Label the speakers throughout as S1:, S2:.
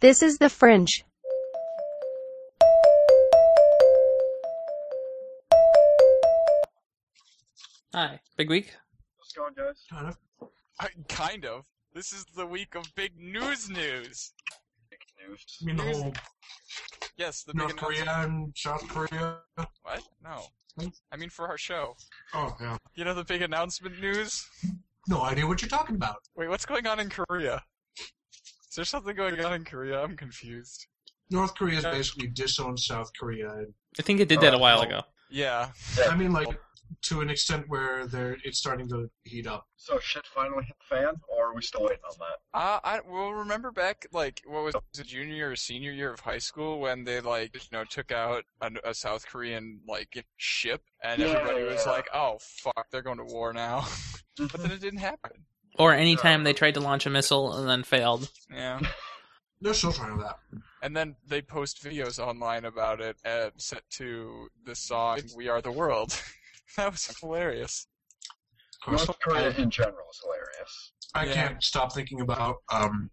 S1: This is the fringe.
S2: Hi. Big week?
S3: What's going, guys?
S4: Kind of.
S5: I, kind of. This is the week of big news news.
S3: Big news.
S4: I mean, the
S5: Here's
S4: whole
S5: Yes, the
S4: North
S5: big
S4: Korea
S5: announcement-
S4: and South Korea.
S5: What? No.
S4: Hmm?
S5: I mean for our show.
S4: Oh, yeah.
S5: You know the big announcement news?
S4: No idea what you're talking about.
S5: Wait, what's going on in Korea? Is there something going on in Korea? I'm confused.
S4: North Korea's
S5: Yeah.
S4: basically disowned South Korea. and-
S2: I think it did
S5: Uh,
S2: that a while ago.
S5: Yeah.
S4: I mean, like to an extent where they're it's starting to heat up.
S3: So shit finally hit the fan, or are we still waiting on that?
S5: Uh, I well remember back like what was the junior or senior year of high school when they like you know took out a, a South Korean like ship and
S3: Yeah,
S5: everybody was
S3: yeah.
S5: like, oh fuck, they're going to war now. but then it didn't happen.
S2: Or any time they tried to launch a missile and then failed.
S5: Yeah.
S4: They're still trying that.
S5: And then they post videos online about it uh, set to the song "We Are the World." that was hilarious.
S4: Of course,
S3: North Korea in general is hilarious.
S4: I
S5: Yeah.
S4: can't stop thinking about um.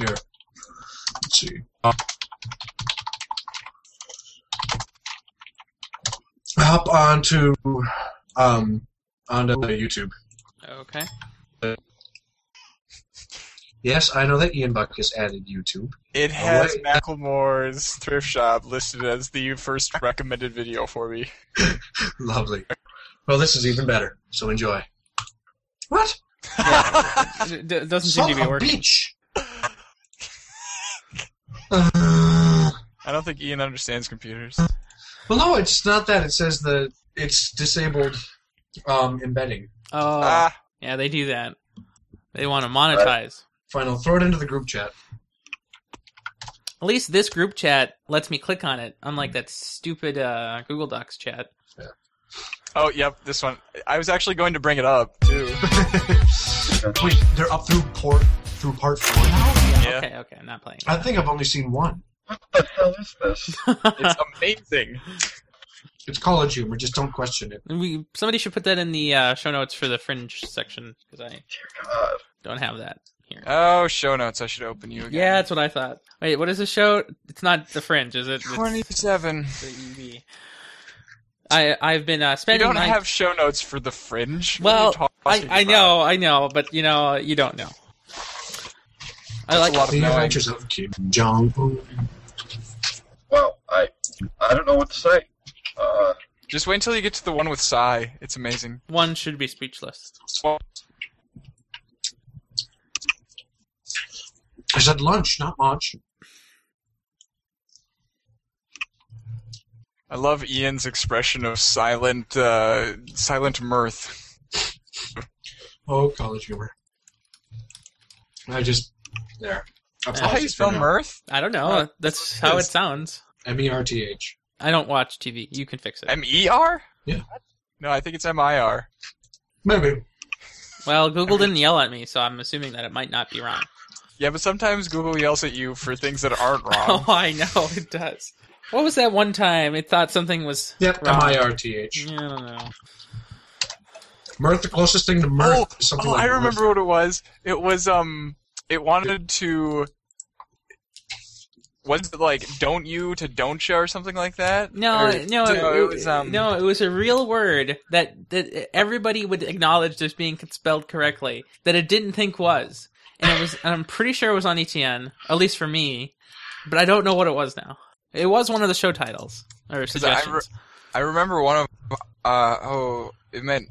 S4: Here, let's see. Uh, hop onto um onto YouTube.
S2: Okay.
S4: Yes, I know that Ian Buck has added YouTube.
S5: It has
S4: wait.
S5: Macklemore's thrift shop listed as the first recommended video for me.
S4: Lovely. Well, this is even better. So enjoy. What?
S2: It d- doesn't seem
S4: Son
S2: to
S4: of
S2: be
S4: a
S2: working.
S4: bitch.
S5: I
S4: Uh,
S5: don't think Ian understands computers.
S2: Uh,
S4: well, no, it's not that. It says the it's disabled um, embedding.
S2: Oh,
S5: Ah,
S2: yeah, they do that. They want to monetize.
S4: Fine, I'll throw it into the group chat.
S2: At least this group chat lets me click on it, unlike that stupid uh, Google Docs chat.
S5: oh, yep, this one. I was actually going to bring it up too.
S4: Wait, they're up through port through part four now.
S5: Yeah,
S2: Okay, okay, I'm not playing.
S4: I think I've only seen one.
S3: What the hell is this?
S5: it's amazing.
S4: It's college humor. Just don't question it.
S2: we somebody should put that in the uh, show notes for the fringe section because I
S3: Dear God.
S2: don't have that here.
S5: Oh, show notes. I should open you again.
S2: Yeah, that's what I thought. Wait, what is the show? It's not the fringe, is it? It's
S5: twenty-seven.
S2: the EV. I I've been uh,
S5: You
S2: spending.
S5: don't
S2: my-
S5: have show notes for the fringe. What are you
S2: Well, I,
S5: talking
S2: I
S5: about?
S2: know, I know, but you know, you don't know. I
S5: That's
S2: like
S5: a lot of
S4: The
S5: knowing.
S4: Adventures of Kim Jong Un.
S3: Well, I I don't know what to say. Uh,
S5: Just wait until you get to the one with Psy. It's amazing.
S2: one should be speechless.
S4: I said lunch, not lunch.
S5: I love Ian's expression of silent, uh, silent mirth.
S4: Oh, college humor. I just there.
S2: That's
S5: How do you spell mirth?
S2: I don't know.
S5: Uh,
S2: That's how it
S5: yes.
S2: sounds.
S4: M e r t h.
S2: I don't watch TV. You can fix it.
S5: M E R?
S4: Yeah.
S5: No, I think it's M I R.
S4: Maybe.
S2: well, Google didn't yell at me, so I'm assuming that it might not be wrong.
S5: Yeah, but sometimes Google yells at you for things that aren't wrong.
S2: Oh, I know it does. What was that one time? It thought something was.
S4: Yep. M
S2: wrong.
S4: i r t h.
S2: I don't know.
S4: Mirth. The closest thing to mirth.
S5: Oh,
S4: is something
S5: oh,
S4: like
S5: I
S4: mirth.
S5: remember what it was. It was um, it wanted to. Was it like "don't you" to "don't you" or something like that?
S2: No,
S5: Or-
S2: no, it,
S5: it was um,
S2: no, it was a real word that that everybody would acknowledge as being spelled correctly that it didn't think was, and it was. and I'm pretty sure it was on ETN, at least for me, but I don't know what it was now. It was one of the show titles or
S5: I re-
S2: suggestions.
S5: I remember one of uh oh it meant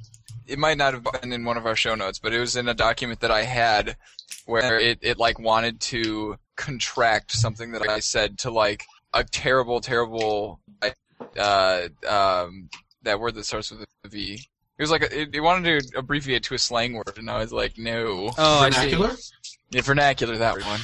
S5: it might not have been in one of our show notes, but it was in a document that I had where it, it like wanted to contract something that I said to like a terrible, terrible uh um that word that starts with a V. It was like a, it, it wanted to abbreviate to a slang word, and I was like, no,
S2: oh, I see.
S4: Vernacular.
S5: yeah, vernacular that one.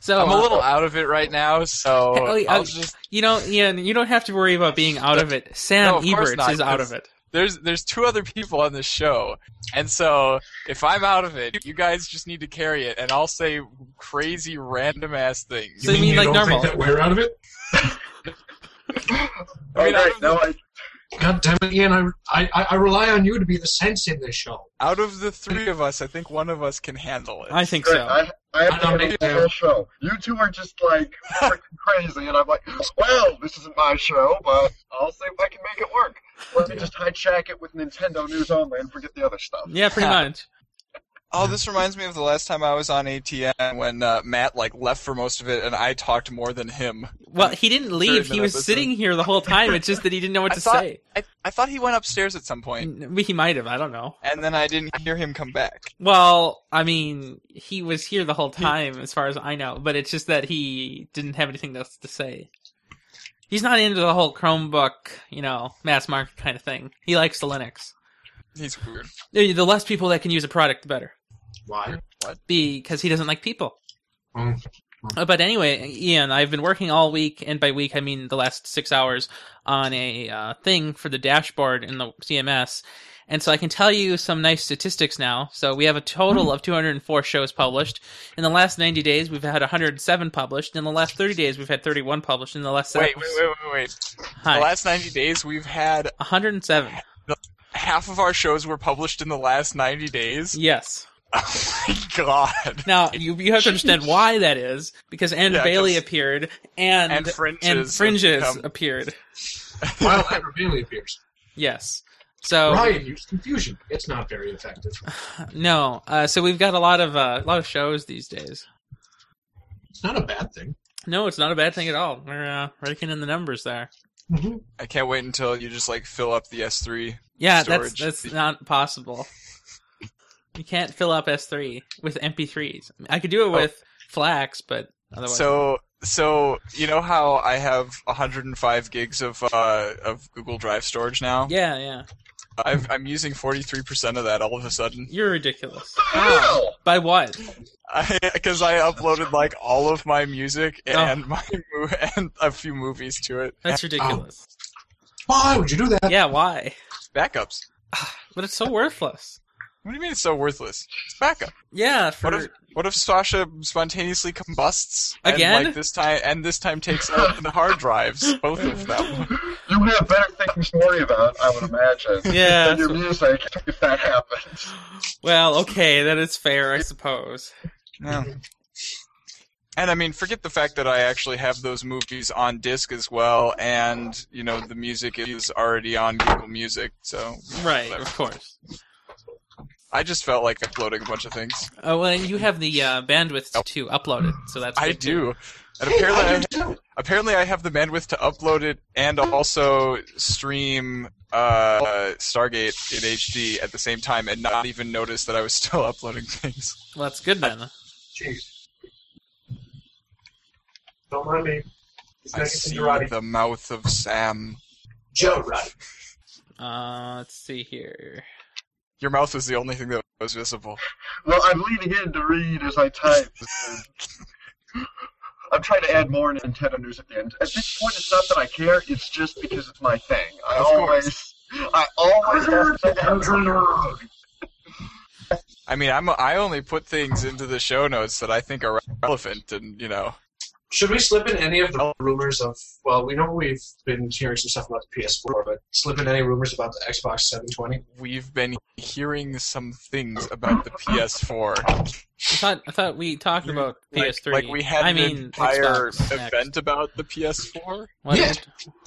S2: So
S5: I'm a
S2: uh,
S5: little out of it right now, so
S2: Oh, yeah,
S5: I'll
S2: I-
S5: just
S2: you know, Ian, you don't have to worry about being out of it. Sam
S5: No, of course
S2: Eberts
S5: not,
S2: is out of
S5: because-
S2: it.
S5: there's there's two other people on this show, and so if I'm out of it, you guys just need to carry it, and I'll say crazy random ass things.
S2: So you mean like
S4: don't
S2: normal?
S4: think that we're out of it?
S3: all
S5: mean, I
S3: right,
S5: don't-
S3: now oh, I
S4: God damn it, Ian! I, I I rely on you to be the sense in this show.
S5: Out of the three of us, I think one of us can handle it.
S2: I think
S3: Great.
S2: so.
S3: I, I have
S4: I
S3: to
S4: nominate
S3: the
S4: you.
S3: whole show. You two are just like freaking crazy, and I'm like, well, this isn't my show, but I'll see if I can make it work. Let me
S4: Yeah.
S3: just hijack it with Nintendo news only and forget the other stuff.
S2: Yeah, pretty much.
S5: Oh, this reminds me of the last time I was on ATN when uh, Matt like left for most of it, and I talked more than him.
S2: Well, he didn't leave. He was
S5: episode.
S2: sitting here the whole time. It's just that he didn't know what
S5: I
S2: to
S5: thought-
S2: say.
S5: I, I thought he went upstairs at some point,
S2: N- He might have. I don't know.
S5: and then I didn't hear him come back.
S2: Well, I mean, he was here the whole time, as far as I know. But it's just that he didn't have anything else to say. He's not into the whole Chromebook, you know, mass market kind of thing. He likes the Linux.
S5: He's weird.
S2: The the less people that can use a product, the better.
S4: Why?
S2: Because he doesn't like people.
S4: Oh,
S2: Uh, But anyway, Ian, I've been working all week, and by week I mean the last six hours, on a uh, thing for the dashboard in the CMS. And so I can tell you some nice statistics now. So we have a total of 204 shows published. In the last 90 days, we've had 107 published. In the last 30 days, we've had 31 published. In the last
S5: Wait, wait, wait, wait, wait.
S2: Hi.
S5: The last 90 days, we've had
S2: 107.
S5: half of our shows were published in the last 90 days.
S2: Yes.
S5: Oh my god.
S2: Now you you have to understand why that is because Andrew
S5: Yeah,
S2: Bailey
S5: 'cause-
S2: appeared and
S5: And Fringes
S2: and
S5: has
S2: Fringes
S5: come.
S2: appeared.
S4: While Andrew Bailey appears,
S2: Yes. So
S4: Ryan used confusion. It's not very effective.
S2: No, uh, so we've got a lot of uh, a lot of shows these days.
S4: It's not a bad thing.
S2: No, it's not a bad thing at all. We're uh, raking in the numbers there.
S4: hmm
S5: I can't wait until you just like fill up the S3.
S2: Yeah,
S5: Storage.
S2: that's that's not possible. You can't fill up S3 with MP3s. I could do it with FLAX, but otherwise,
S5: Oh. So so you know how I have 105 gigs of uh, of Google Drive storage now?
S2: yeah, yeah,
S5: I've, I'm using 43% of that all of a sudden
S2: you're ridiculous.
S3: What the
S5: Ah.
S3: hell?
S2: By what?
S5: because I, uploaded like all of my music
S2: Oh.
S5: and my mo- and a few movies to it.
S2: That's ridiculous.
S4: Why would you do that?
S2: Yeah, why?
S5: Backups.
S2: But it's so worthless.
S5: What do you mean it's so worthless? It's backup.
S2: Yeah, for
S5: What if what if Sasha spontaneously combusts
S2: Again?
S5: And, like this time, and this time takes out the hard drives, both of them.
S3: You have better things to worry about, I would imagine.
S2: yeah.
S3: than your music, if that happens.
S2: Well, okay, that is fair, I suppose.
S5: Yeah. And I mean, forget the fact that I actually have those movies on disc as well, and you know the music is already on Google Music. So
S2: Right, of course.
S5: I just felt like uploading a bunch of things.
S2: Oh well, and you have the uh, bandwidth to upload it, so that's
S5: Oh. I
S2: good, too.
S5: do, and apparently,
S4: I
S5: I,
S4: do too.
S5: apparently I have the bandwidth to upload it and also stream uh, Stargate in HD at the same time, and not even notice that I was still uploading things.
S2: Well, that's good then.
S4: Jeez. Don't mind me. It's
S5: I
S4: not
S5: see
S4: Roddy.
S5: the mouth of Sam.
S4: Joe Roddy.
S2: Uh, let's see here.
S5: Your mouth was the only thing that was visible.
S3: Well, I'm leaning in to read as I type. I'm trying to add more Nintendo news at the end. At this point, it's not that I care; it's just because it's my thing. I
S5: Of
S3: always,
S5: course.
S3: I always have to
S5: I mean, I'm I only put things into the show notes that I think are relevant, and you know,
S4: Should we slip in any of the rumors of? Well, we know we've been hearing some stuff about the PS4, but slip in any rumors about the Xbox 720?
S5: we've been hearing some things about the PS4.
S2: I thought I thought we talked about
S5: Like-
S2: PS3.
S5: Like, we had
S2: I
S5: an
S2: mean,
S5: entire
S2: Xbox
S5: event
S2: Next.
S5: about the PS4.
S2: What?
S4: Yeah.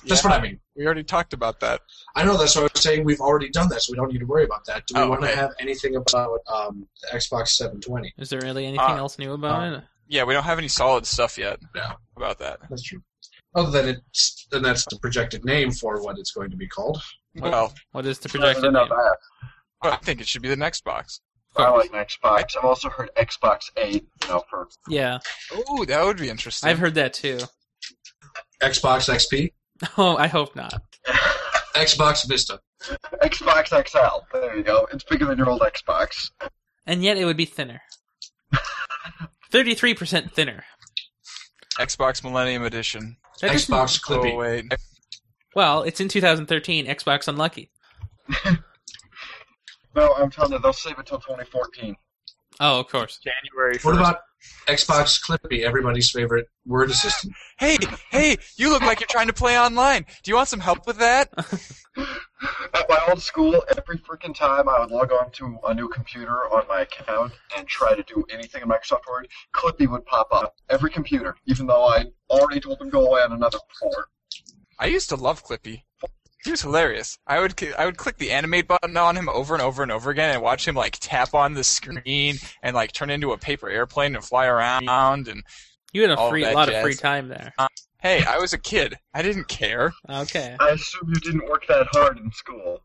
S4: That's
S5: Yeah.
S4: what I mean.
S5: We already talked about that.
S4: I know that's what I was saying. We've already done that, so we don't need to worry about that. Do we
S5: Oh,
S4: want to
S5: okay.
S4: have anything about um, the Xbox 720?
S2: Is there really anything
S5: Uh,
S2: else new about it?
S5: Yeah, we don't have any solid stuff yet
S4: No.
S5: about that.
S4: That's true. Other than it's, and that's the projected name for what it's going to be called.
S2: What-
S5: Well,
S2: What is the
S3: remember.
S2: projected name?
S5: I think it should be the next box.
S3: I like an Xbox. I've also heard Xbox 8. You know, for
S2: Yeah,
S5: Oh, that would be interesting.
S2: I've heard that too.
S4: Xbox XP,
S2: Oh, I hope not.
S4: Xbox Vista.
S3: Xbox XL. There you go. It's bigger than your old Xbox.
S2: And yet, it would be thinner. Thirty-three percent thinner.
S5: Xbox Millennium Edition.
S2: That doesn't-
S4: Xbox
S5: Oh,
S4: Clippy.
S5: wait.
S2: Well, it's in 2013. Xbox unlucky.
S3: No, I'm telling you, they'll save it till 2014.
S2: Oh, of course.
S5: January
S4: What about Xbox Clippy, everybody's favorite word assistant.
S5: Hey, hey, you look like you're trying to play online. Do you want some help with that?
S3: At my old school, every freaking time I would log on to a new computer on my account and try to do anything in Microsoft Word, Clippy would pop up. Every computer, even though I already told them go away on another four.
S5: I used to love Clippy. He was hilarious. I would I would click the animate button on him over and over and over again and watch him like tap on the screen and like turn into a paper airplane and fly around and
S2: You had a
S5: All
S2: free
S5: Oh, that
S2: lot of
S5: jazz.
S2: free time there.
S5: hey, I was a kid. I didn't care.
S2: Okay.
S3: I assume you didn't work that hard in school.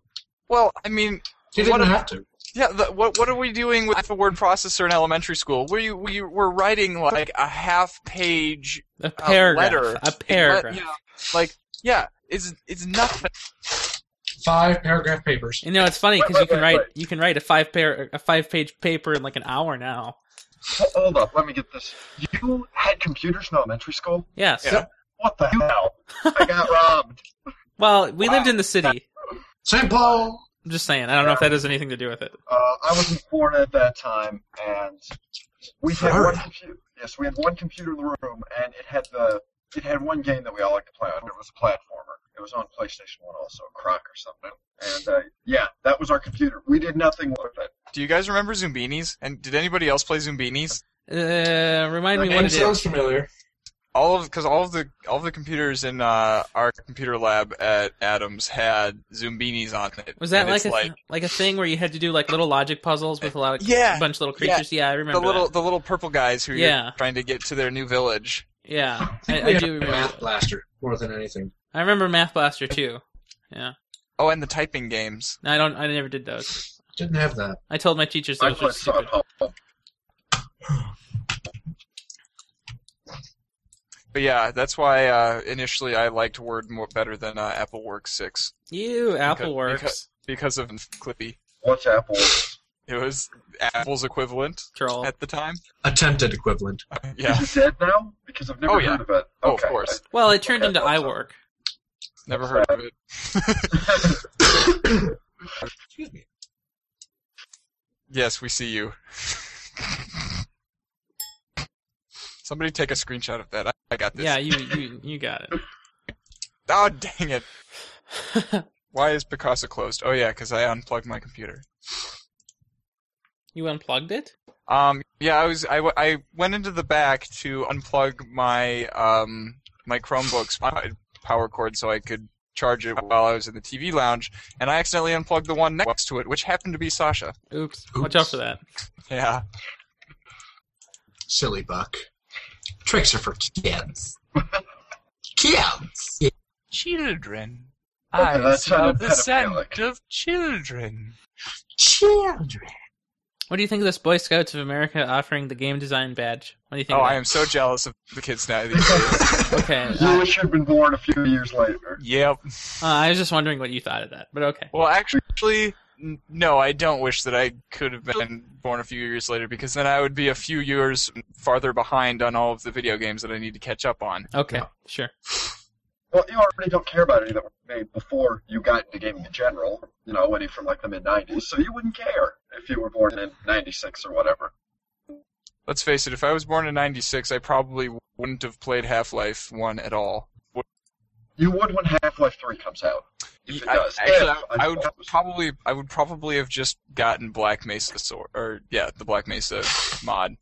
S5: Well, I mean,
S4: You didn't
S5: What a-
S4: have to.
S5: yeah, the, what what are we doing with the word processor in elementary school? We we were writing like a half page
S2: A
S5: uh,
S2: paragraph.
S5: letter.
S2: A
S5: It let-
S2: paragraph.
S5: yeah, like yeah, it's it's nothing.
S4: Five paragraph papers.
S2: You know, it's funny because
S3: Wait,
S2: you can
S3: wait,
S2: write
S3: wait,
S2: you can write a five pair a five page paper in like an hour now.
S3: Ho- Hold up, let me get this. You had computers in elementary school?
S2: Yes.
S5: Yeah.
S3: What the hell? I got robbed.
S2: Well, we
S5: Wow.
S2: lived in the city.
S4: St. Paul!
S2: I'm just saying. I don't know if that has anything to do with it.
S3: Uh, I was in Florida at that time, and we had one
S4: Florida?
S3: computer. Yes, we had one computer in the room, and it had the it had one game that we all liked to play on. It was a platformer. It was on PlayStation One, also Croc or something. And uh, yeah, that was our computer. We did nothing with it.
S5: Do you guys remember Zumbinis? And did anybody else play Zumbinis?
S2: Uh, remind
S3: The
S2: me
S4: Name
S2: what it is.
S4: sounds familiar.
S5: All of because all of the all of the computers in uh, our computer lab at Adams had Zumbinis on it.
S2: Was that
S5: And
S2: like
S5: it's
S2: a like, a thing where you had to do like little logic puzzles with a lot of
S5: Yeah,
S2: a bunch of little
S5: yeah.
S2: creatures? Yeah, I
S5: the
S2: remember.
S5: little
S2: that.
S5: the little purple guys who
S2: Yeah.
S5: you're trying to get to their new village?
S2: Yeah, I,
S4: think
S2: I do
S4: we had
S2: remember.
S4: Math
S2: that.
S4: Blaster more than anything.
S2: I remember Math Blaster too. Yeah,
S5: Oh, and the typing games.
S2: No, I don't. I never did those.
S4: Didn't have that.
S2: I told my teachers
S3: I
S2: those were
S3: played
S2: stupid.
S3: Sub Pop.
S5: But yeah, that's why uh, initially I liked Word more better than uh, AppleWorks six
S2: Ew, Apple Works
S5: because of Clippy.
S3: What's Apple?
S5: It was Apple's equivalent
S2: troll.
S5: at the time.
S4: Attempted equivalent.
S5: Yeah,
S3: Is it dead now? Because I've never
S5: Oh, yeah.
S3: heard of it.
S5: Oh, of
S3: Okay.
S5: course.
S2: Well, it turned
S3: Okay,
S2: into
S3: I thought so.
S2: iWork.
S5: never heard of it.
S4: Excuse me.
S5: Yes, we see you. Somebody take a screenshot of that. I, I got this.
S2: Yeah, you you you got
S5: Oh dang it!
S2: it.
S5: Why is Picasa closed? Oh yeah, because I unplugged my computer.
S2: you unplugged it.
S5: Um, yeah, I was I, w- I went into the back to unplug my um my Chromebook's p- power cord so I could charge it while I was in the TV lounge, and I accidentally unplugged the one next to it, which happened to be Sasha.
S2: Oops.
S4: Oops.
S2: Watch out for that.
S5: Yeah,
S4: Silly buck. Tricks are for kids. kids!
S5: children.
S3: I Okay, that sounded smell the pedophilic. scent
S5: of children.
S4: Children.
S2: What do you think of this Boy Scouts of America offering the game design badge? What do you think?
S5: Oh,
S2: of
S5: I
S2: that?
S5: am so jealous of the kids now these days.
S2: Okay.
S3: You
S2: uh,
S3: wish you'd been born a few years later.
S5: yep.
S2: uh, I was just wondering what you thought of that, but okay.
S5: Well, actually, n- no, I don't wish that I could have been born a few years later because then I would be a few years farther behind on all of the video games that I need to catch up on.
S2: Okay, sure.
S3: Well, you already don't care about any that were made before you got into gaming in general, you know, any from like the mid 90s, so you wouldn't care if you were born in 96 or whatever.
S5: Let's face it, if I was born in 96, I probably wouldn't have played Half Life 1 at all. Would-
S3: You would when Half Life 3 comes out. If it
S5: I,
S3: does.
S5: actually,
S3: If,
S5: I, I would
S3: suppose.
S5: probably, I would probably have just gotten Black Mesa, sor- or yeah, the Black Mesa mod.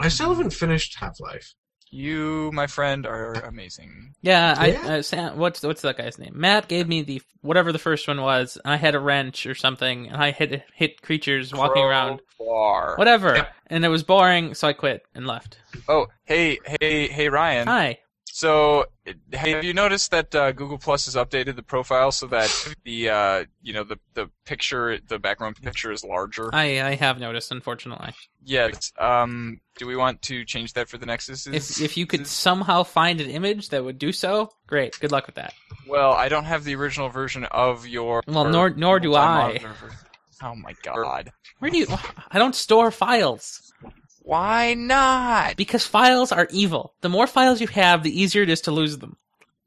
S4: I still haven't finished Half Life.
S5: You, my friend, are amazing.
S2: Yeah, I
S4: Yeah.
S2: Uh, Sam, what's what's that guy's name? Matt gave me the whatever the first one was, and I had a wrench or something, and I hit hit creatures walking around,
S5: Crowbar.
S2: whatever,
S4: Yeah.
S2: and it was boring, so I quit and left.
S5: Oh, hey, hey, hey, Ryan.
S2: Hi,
S5: So, have you noticed that uh, Google Plus has updated the profile so that the uh, you know the the picture, the background picture is larger?
S2: I I have noticed, unfortunately.
S5: yes. Um, do we want to change that for the Nexus?
S2: If if you could somehow find an image that would do so, great. Good luck with that.
S5: Well, I don't have the original version of your.
S2: Well, nor- nor do I.
S5: multi-monitor ver- Oh my god!
S2: Where do you? I don't store files
S5: Why not?
S2: because files are evil. The more files you have, the easier it is to lose them.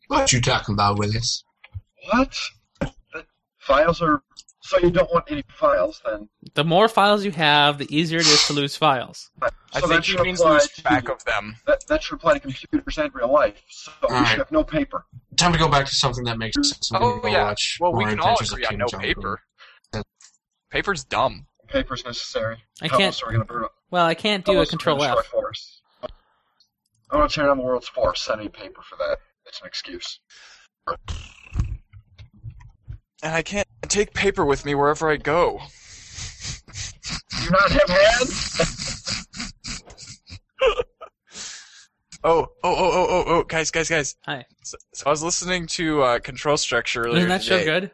S4: What you talking about, Willis?
S3: What? Files are So you don't want any files then.
S2: The more files you have, the easier it is to lose files.
S5: I
S3: so that
S5: think he
S3: should
S5: means
S3: apply
S5: lose
S3: to-
S5: track of them.
S3: That, that should apply to computers and real life. So we
S4: Alright.
S3: should have no paper.
S4: Time to go back to something that makes sense. and
S5: Oh,
S4: go
S5: yeah.
S4: watch
S5: Well, we
S4: more
S5: can all
S4: Adventures of
S5: agree on
S4: Kim
S5: no
S4: Jong-un.
S5: paper. Paper's dumb.
S3: Paper's necessary.
S2: I
S3: How
S2: can't.
S3: else are we gonna burn
S2: Well, I can't
S3: how
S2: do a
S3: else are we gonna
S2: control
S3: destroy
S2: F.
S3: forests? I want to tear down the world's forests. I need paper for that. It's an excuse.
S5: And I can't take paper with me wherever I go.
S3: Do you not have hands?
S5: Oh, oh, oh, oh, oh, oh, guys, guys, guys.
S2: Hi.
S5: So, so I was listening to uh, Control Structure earlier
S2: Isn't that show
S5: today,
S2: good?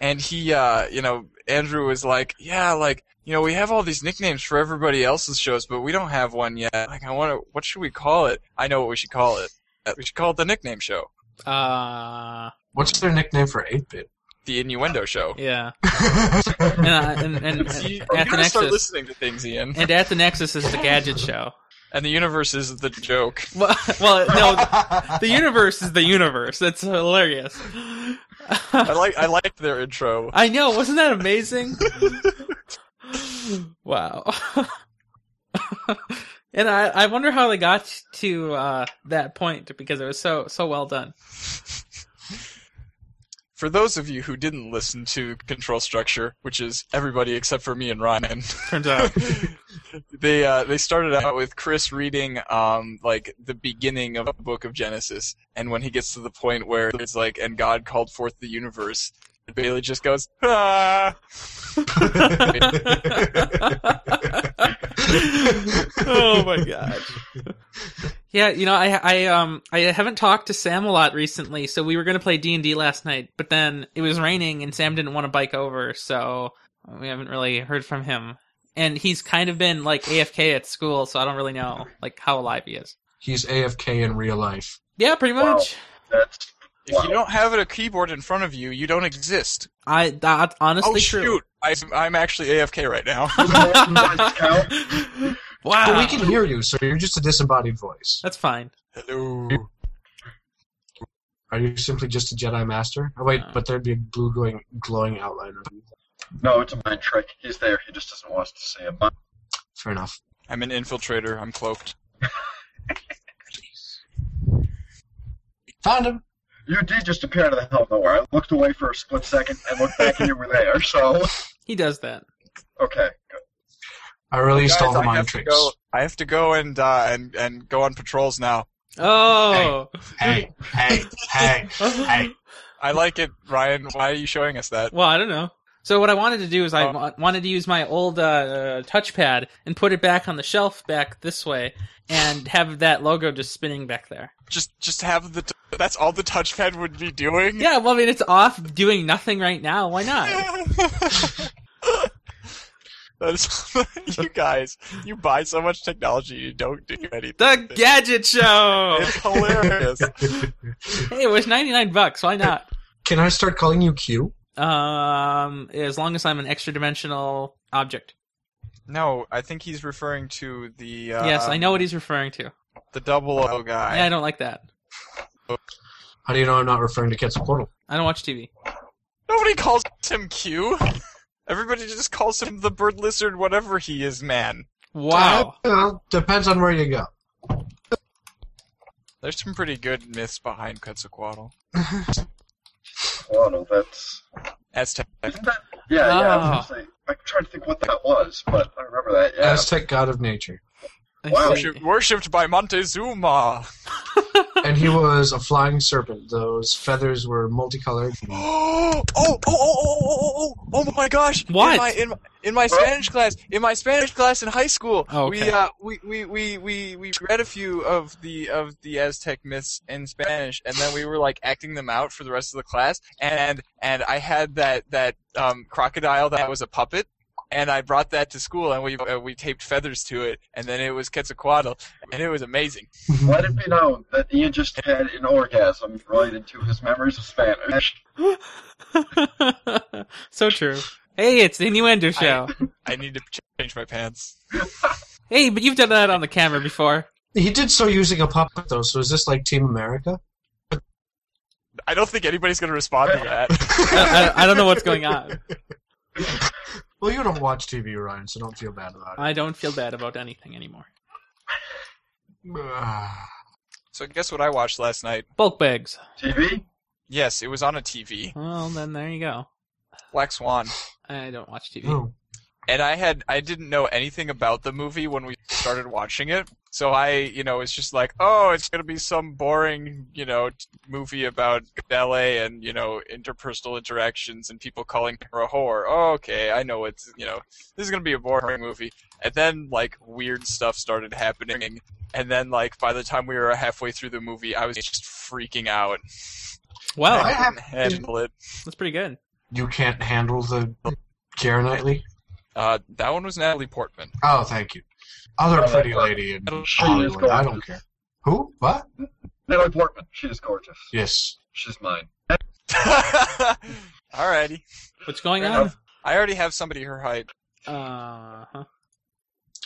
S5: and he, uh, you know, Andrew was like, "Yeah, like, you know, we have all these nicknames for everybody else's shows, but we don't have one yet. Like, I want to. What should we call it? I know what we should call it. Uh, We should call it the nickname show,
S2: Uh,
S4: What's their nickname for 8 bit?
S5: the innuendo show.
S2: yeah. And I- and and, and
S5: See, you
S2: at the
S5: gotta start
S2: Nexus.
S5: listening to things, Ian.
S2: And at the Nexus is the gadget show.
S5: And the universe is the joke.
S2: Well, well, no, the universe is the universe. That's hilarious.
S5: I like I liked their intro.
S2: I know, wasn't that amazing? wow. and I, I wonder how they got to uh, that point because it was so so well done.
S5: For those of you who didn't listen to Control Structure, which is everybody except for me and Ryan,
S2: Turns out.
S5: they uh, they started out with Chris reading um like the beginning of the book of Genesis, and when he gets to the point where it's like, and God called forth the universe, Bailey just goes, ah!
S2: oh my gosh. Yeah, you know, I I um I haven't talked to Sam a lot recently, so we were gonna play D and D last night, but then it was raining and Sam didn't want to bike over, so we haven't really heard from him. And he's kind of been like AFK at school, so I don't really know like how alive he is.
S4: He's AFK in real life.
S2: Yeah, pretty
S3: Wow.
S2: much.
S3: That's
S5: If you don't have a keyboard in front of you, you don't exist.
S2: I that's honestly
S5: oh
S2: true.
S5: shoot, I, I'm actually AFK right now.
S3: Does count?
S2: wow,
S4: But we can hear you, so you're just a disembodied voice.
S2: that's fine.
S5: Hello.
S4: Are you simply just a Jedi Master? Oh, wait, but there'd be a blue glowing, glowing outline of you.
S3: No, it's a mind trick. He's there. He just doesn't want us to see him.
S4: Fair enough.
S5: I'm an infiltrator. I'm cloaked.
S4: Found him!
S3: You did just appear out of the hell of nowhere. I looked away for a split second and looked back, and you were there. So
S2: He does that.
S3: okay, good.
S4: I released
S5: Guys,
S4: all the
S5: I
S4: mind
S5: have to
S4: tricks.
S5: go. I have to go and uh, and and go on patrols now.
S2: Oh,
S4: Hey, hey, hey, hey.
S5: I like it, Ryan. Why are you showing us that?
S2: Well, I don't know. So what I wanted to do is I
S5: Oh.
S2: wa- wanted to use my old uh, uh, touchpad and put it back on the shelf back this way and have that logo just spinning back there.
S5: Just just have the. T- that's all the touchpad would be doing.
S2: Yeah, well, I mean, it's off doing nothing right now. Why not?
S5: that is, you guys, you buy so much technology, you don't do anything.
S2: The Gadget Show!
S5: it's hilarious.
S2: hey, it was 99 bucks. Why not?
S4: Can I start calling you Q?
S2: Um, as long as I'm an extra dimensional object.
S5: no, I think he's referring to the. Uh,
S2: yes, I know what he's referring to.
S5: The double O guy.
S2: Yeah, I don't like that.
S4: How do you know I'm not referring to Cat's Portal?
S2: I don't watch TV.
S5: Nobody calls him Q. Everybody just calls him the bird lizard, whatever he is, man.
S2: Wow.
S4: Uh, Well, depends on where you go.
S5: There's some pretty good myths behind Quetzalcoatl.
S3: Waddle, that's
S5: Aztec.
S3: isn't that? Yeah, yeah. I
S2: Ah.
S3: was gonna say, I'm trying to think what that was, but I remember that. Yeah.
S4: Aztec god of nature.
S2: I
S3: Wow.
S2: see.
S5: Worshipped, worshipped by Montezuma.
S4: And he was a flying serpent. Those feathers were multicolored.
S5: Oh, oh, oh, oh, oh, oh, oh, oh my gosh!
S2: What?
S5: In my, in my, in my Spanish class, in my Spanish class in high school,
S2: Oh,
S5: we,
S2: okay.
S5: uh, we, we, we, we, we read a few of the, of the Aztec myths in Spanish, and then we were like acting them out for the rest of the class, and, and I had that, that, um, crocodile that was a puppet. And I brought that to school, and we uh, we taped feathers to it, and then it was Quetzalcoatl, and it was amazing.
S3: Let it be known that Ian just had an orgasm related to his memories of Spanish.
S2: so true. Hey, it's the Innuendo
S5: I-
S2: Show.
S5: I need to ch- change my pants.
S2: Hey, but you've done that on the camera before.
S4: He did so using a puppet, though. So is this like Team America?
S5: I don't think anybody's gonna respond to that.
S2: I, I, I don't know what's going on.
S4: Well, you don't watch TV, Ryan, so don't feel bad about it.
S2: I don't feel bad about anything anymore.
S4: Ah.
S5: So guess what I watched last night?
S2: Bulk bags.
S3: TV?
S5: Yes, it was on a TV.
S2: Well, then there you go.
S5: Black Swan.
S2: I don't watch TV.
S4: Oh.
S5: and I had I didn't know anything about the movie when we started watching it. So I, you know, it's just like, oh, it's gonna be some boring, you know, t- movie about ballet and you know interpersonal interactions and people calling her a whore. Oh, okay, I know it's you know this is gonna be a boring movie. And then like weird stuff started happening, and then like by the time we were halfway through the movie, I was just freaking out.
S2: Wow,
S4: Oh, I
S5: I
S4: have-
S5: couldn't handle it.
S2: that's pretty good.
S4: You can't handle the Kara Knightley?
S5: Uh, that one was Natalie Portman.
S4: Oh, thank you. Other pretty lady in
S5: That'll
S3: show you
S4: Hollywood. I don't care. Who? What?
S3: Natalie Portman. She is gorgeous.
S4: Yes.
S3: She's mine.
S5: Alrighty.
S2: What's going
S5: Fair
S2: on?
S5: enough. I already have somebody her height.
S2: Uh huh.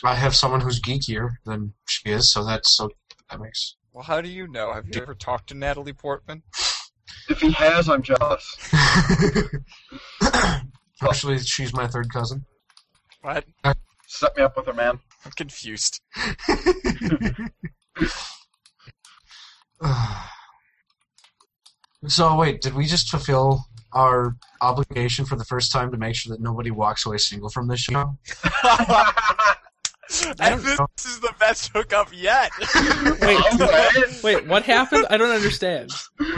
S4: I have someone who's geekier than she is, so that's so that makes
S5: Well, how do you know? Have you ever talked to Natalie Portman?
S3: If he has, I'm jealous.
S4: Actually, she's my third cousin.
S5: What?
S3: Set me up with her, man.
S5: I'm confused.
S4: so wait, did we just fulfill our obligation for the first time to make sure that nobody walks away single from this show?
S5: And this is the best hookup yet.
S3: Alright.
S2: Wait, what happened? I don't understand.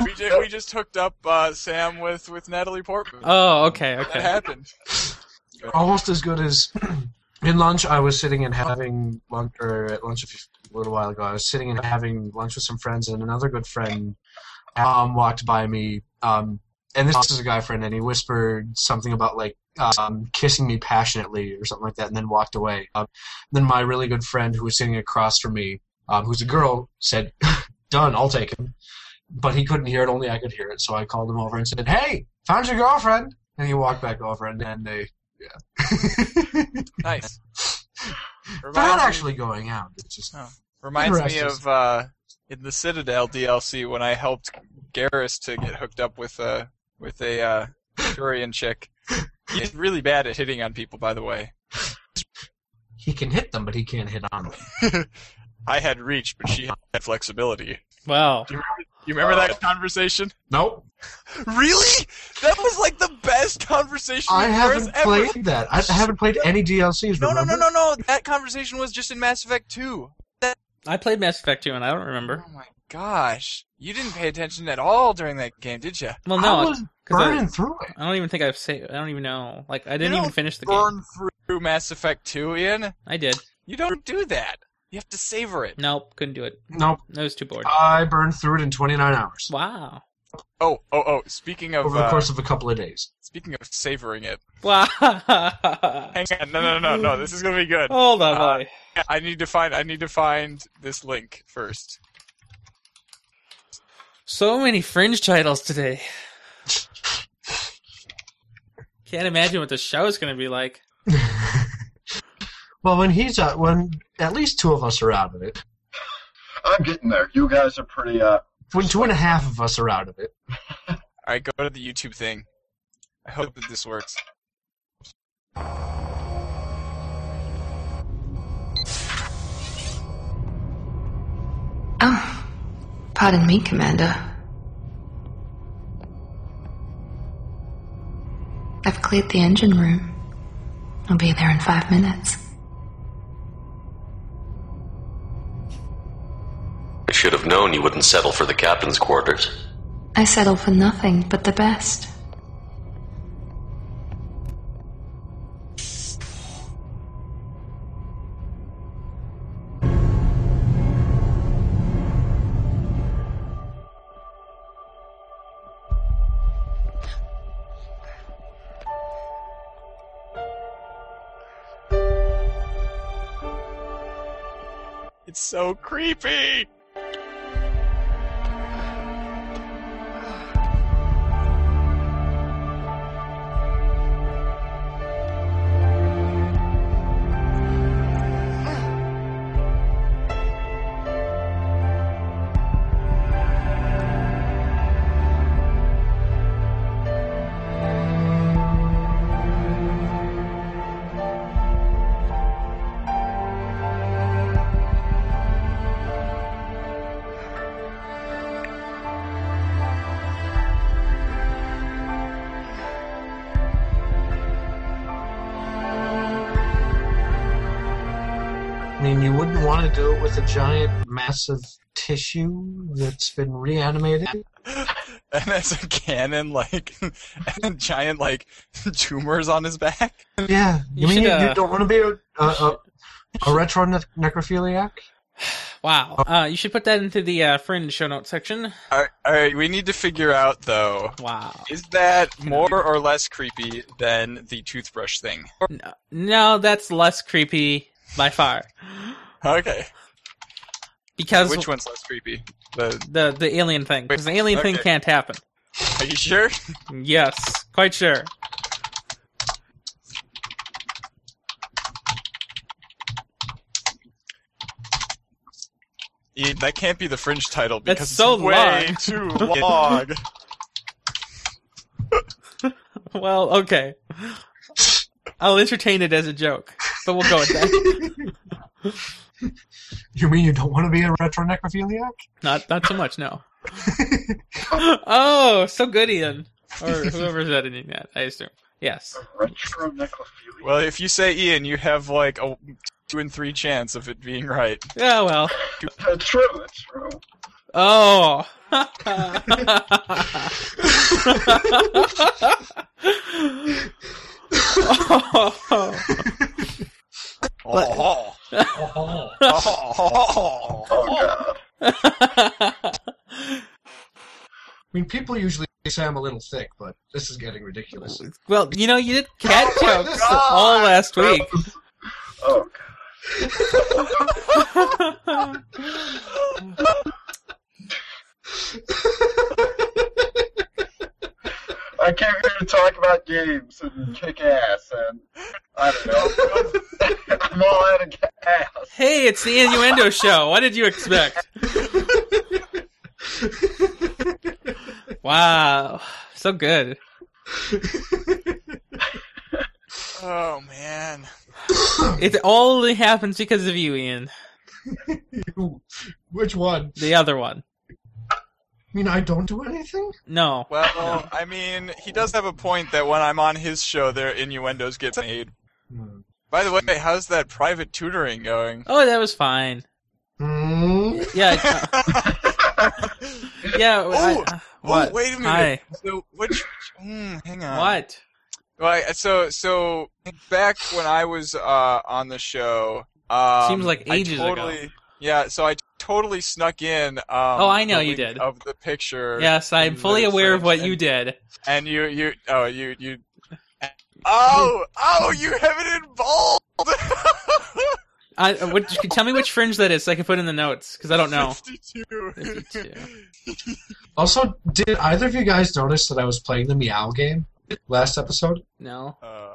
S5: we, ju- we just hooked up uh, Sam with, with Natalie Portman.
S2: Oh, okay,
S5: That
S2: okay.
S5: happened.
S4: Almost as good as in lunch. I was sitting and having lunch, or at lunch a few- a little while ago. I was sitting and having lunch with some friends, and another good friend um, walked by me. Um, and this is a guy friend, and he whispered something about like um, kissing me passionately or something like that, and then walked away. Um, then my really good friend who was sitting across from me, um, who's a girl, said, "Done, I'll take him." But he couldn't hear it; only I could hear it. So I called him over and said, "Hey, found your girlfriend." And he walked back over, and then they, yeah,
S5: Nice.
S4: they're
S5: Reminds
S4: not
S5: me-
S4: actually going out. It's just
S5: Oh. Reminds me
S4: Interesting.
S5: of uh, in the Citadel DLC when I helped Garrus to get hooked up with uh, with a uh, Turian chick. He's really bad at hitting on people, by the way.
S4: he can hit them, but he can't hit on them.
S5: I had reach, but she had flexibility.
S2: Wow.
S5: You remember
S2: Uh,
S5: that conversation?
S4: Nope,
S5: Really? That was like the best conversation
S4: I
S5: with
S4: haven't
S5: Garrus ever.
S4: played that. I haven't played any DLCs.
S5: No, no,
S4: remember?
S5: no, no, no. That conversation was just in Mass Effect 2.
S2: I played Mass Effect 2 and I don't remember.
S5: Oh my gosh. You didn't pay attention at all during that game, did you?
S2: Well,
S4: I
S2: no,
S4: was
S2: 'cause I-
S4: burning through it.
S2: I don't even think I've saved. I don't even know. Like, I didn't
S5: You
S2: even
S5: don't
S2: finish the game.
S5: Burn through Mass Effect 2, Ian.
S2: I did.
S5: You don't do that. You have to savor it.
S2: Nope, couldn't do it.
S4: Nope,
S2: I was too bored.
S5: Uh,
S4: I burned through it in 29 hours
S2: Wow.
S5: Oh, oh, oh. Speaking of
S4: over the
S5: uh,
S4: course of a couple of days.
S5: speaking of savoring it.
S2: Wow.
S5: Hang on. No, no, no, no. no. This is going to be good.
S2: Hold on,
S5: Uh,
S2: boy.
S5: I need to find I need to find this link first.
S2: So many fringe titles today. Can't imagine what the show is going to be like.
S4: Well, when he's out, when at least two of us are out of it,
S3: I'm getting there. You guys are pretty, uh,
S4: when two and a half of us are out of it,
S5: All right, go to the YouTube thing. I hope that this works.
S1: Oh, pardon me, Commander. I've cleared the engine room. I'll be there in five minutes.
S6: I should have known you wouldn't settle for the captain's quarters.
S1: I settle for nothing but the best.
S5: It's so creepy.
S4: wouldn't want to do it with a giant, massive tissue that's been reanimated.
S5: and as a cannon, like and giant like tumors on his back.
S4: Yeah,
S2: You
S4: you, mean
S2: should,
S4: you-
S2: uh,
S4: you don't want to be a, a, a, a retro ne- necrophiliac?
S2: Wow. Uh, you should put that into the uh, fringe show notes section.
S5: All right, all right, we need to figure out though.
S2: Wow.
S5: Is that more or less creepy than the toothbrush thing?
S2: No, no, that's less creepy by far.
S5: Okay.
S2: Because
S5: Which one's less creepy? The
S2: the the alien thing. Because the alien thing
S5: Okay.
S2: can't happen.
S5: Are you sure?
S2: Yes, quite sure.
S5: Yeah, E, that can't be the fringe title
S2: That's
S5: because
S2: so
S5: it's way
S2: long.
S5: too long.
S2: Well, okay. I'll entertain it as a joke, but we'll go with that.
S4: You mean you don't want to be a retro necrophiliac?
S2: not not so much, no. oh, so good, Ian, or whoever's editing that. I assume. Yes.
S3: Retro necrophilia.
S5: well, if you say Ian, you have like a two and three chance of it being right.
S2: Yeah. Well.
S3: That's Uh, true. That's true.
S2: Oh.
S5: Oh, oh,
S3: Oh god.
S4: I mean, people usually say I'm a little thick, but this is getting ridiculous.
S2: well, you know, you did cat
S4: Oh my
S2: jokes
S4: God.
S2: all last week.
S3: Oh god. I came here to talk about games and kick ass and I don't know. I'm all out of gas.
S2: Hey, it's the innuendo show. What did you expect? wow. So good.
S5: oh man.
S2: It only happens because of you, Ian.
S4: Which one?
S2: The other one.
S4: You mean I don't do anything?
S2: No.
S5: Well, I mean, he does have a point that when I'm on his show, their innuendos get made.
S4: Hmm.
S5: By the way, how's that private tutoring going?
S2: Oh, that was fine.
S4: Hmm?
S2: Yeah. uh, yeah.
S5: Oh,
S2: I- uh,
S5: Oh, wait a minute.
S2: Hi.
S5: So, which? Mm, hang on.
S2: What?
S5: Well, I- so so back when I was uh, on the show, um,
S2: Seems like
S5: I
S2: ages ago.
S5: totally, Yeah, so I totally snuck in. Um,
S2: Oh, I know
S5: the
S2: you
S5: link
S2: did.
S5: of the picture.
S2: Yes, I'm
S5: in
S2: fully
S5: the
S2: aware of
S5: fridge,
S2: what
S5: and-
S2: you did.
S5: And you you oh you you. Oh oh you have it in bold.
S2: I, uh, what, tell me which fringe that is so I can put in the notes, because I don't know.
S5: 52.
S2: 52.
S4: Also, did either of you guys notice that I was playing the Meow game last episode?
S2: No.
S5: uh,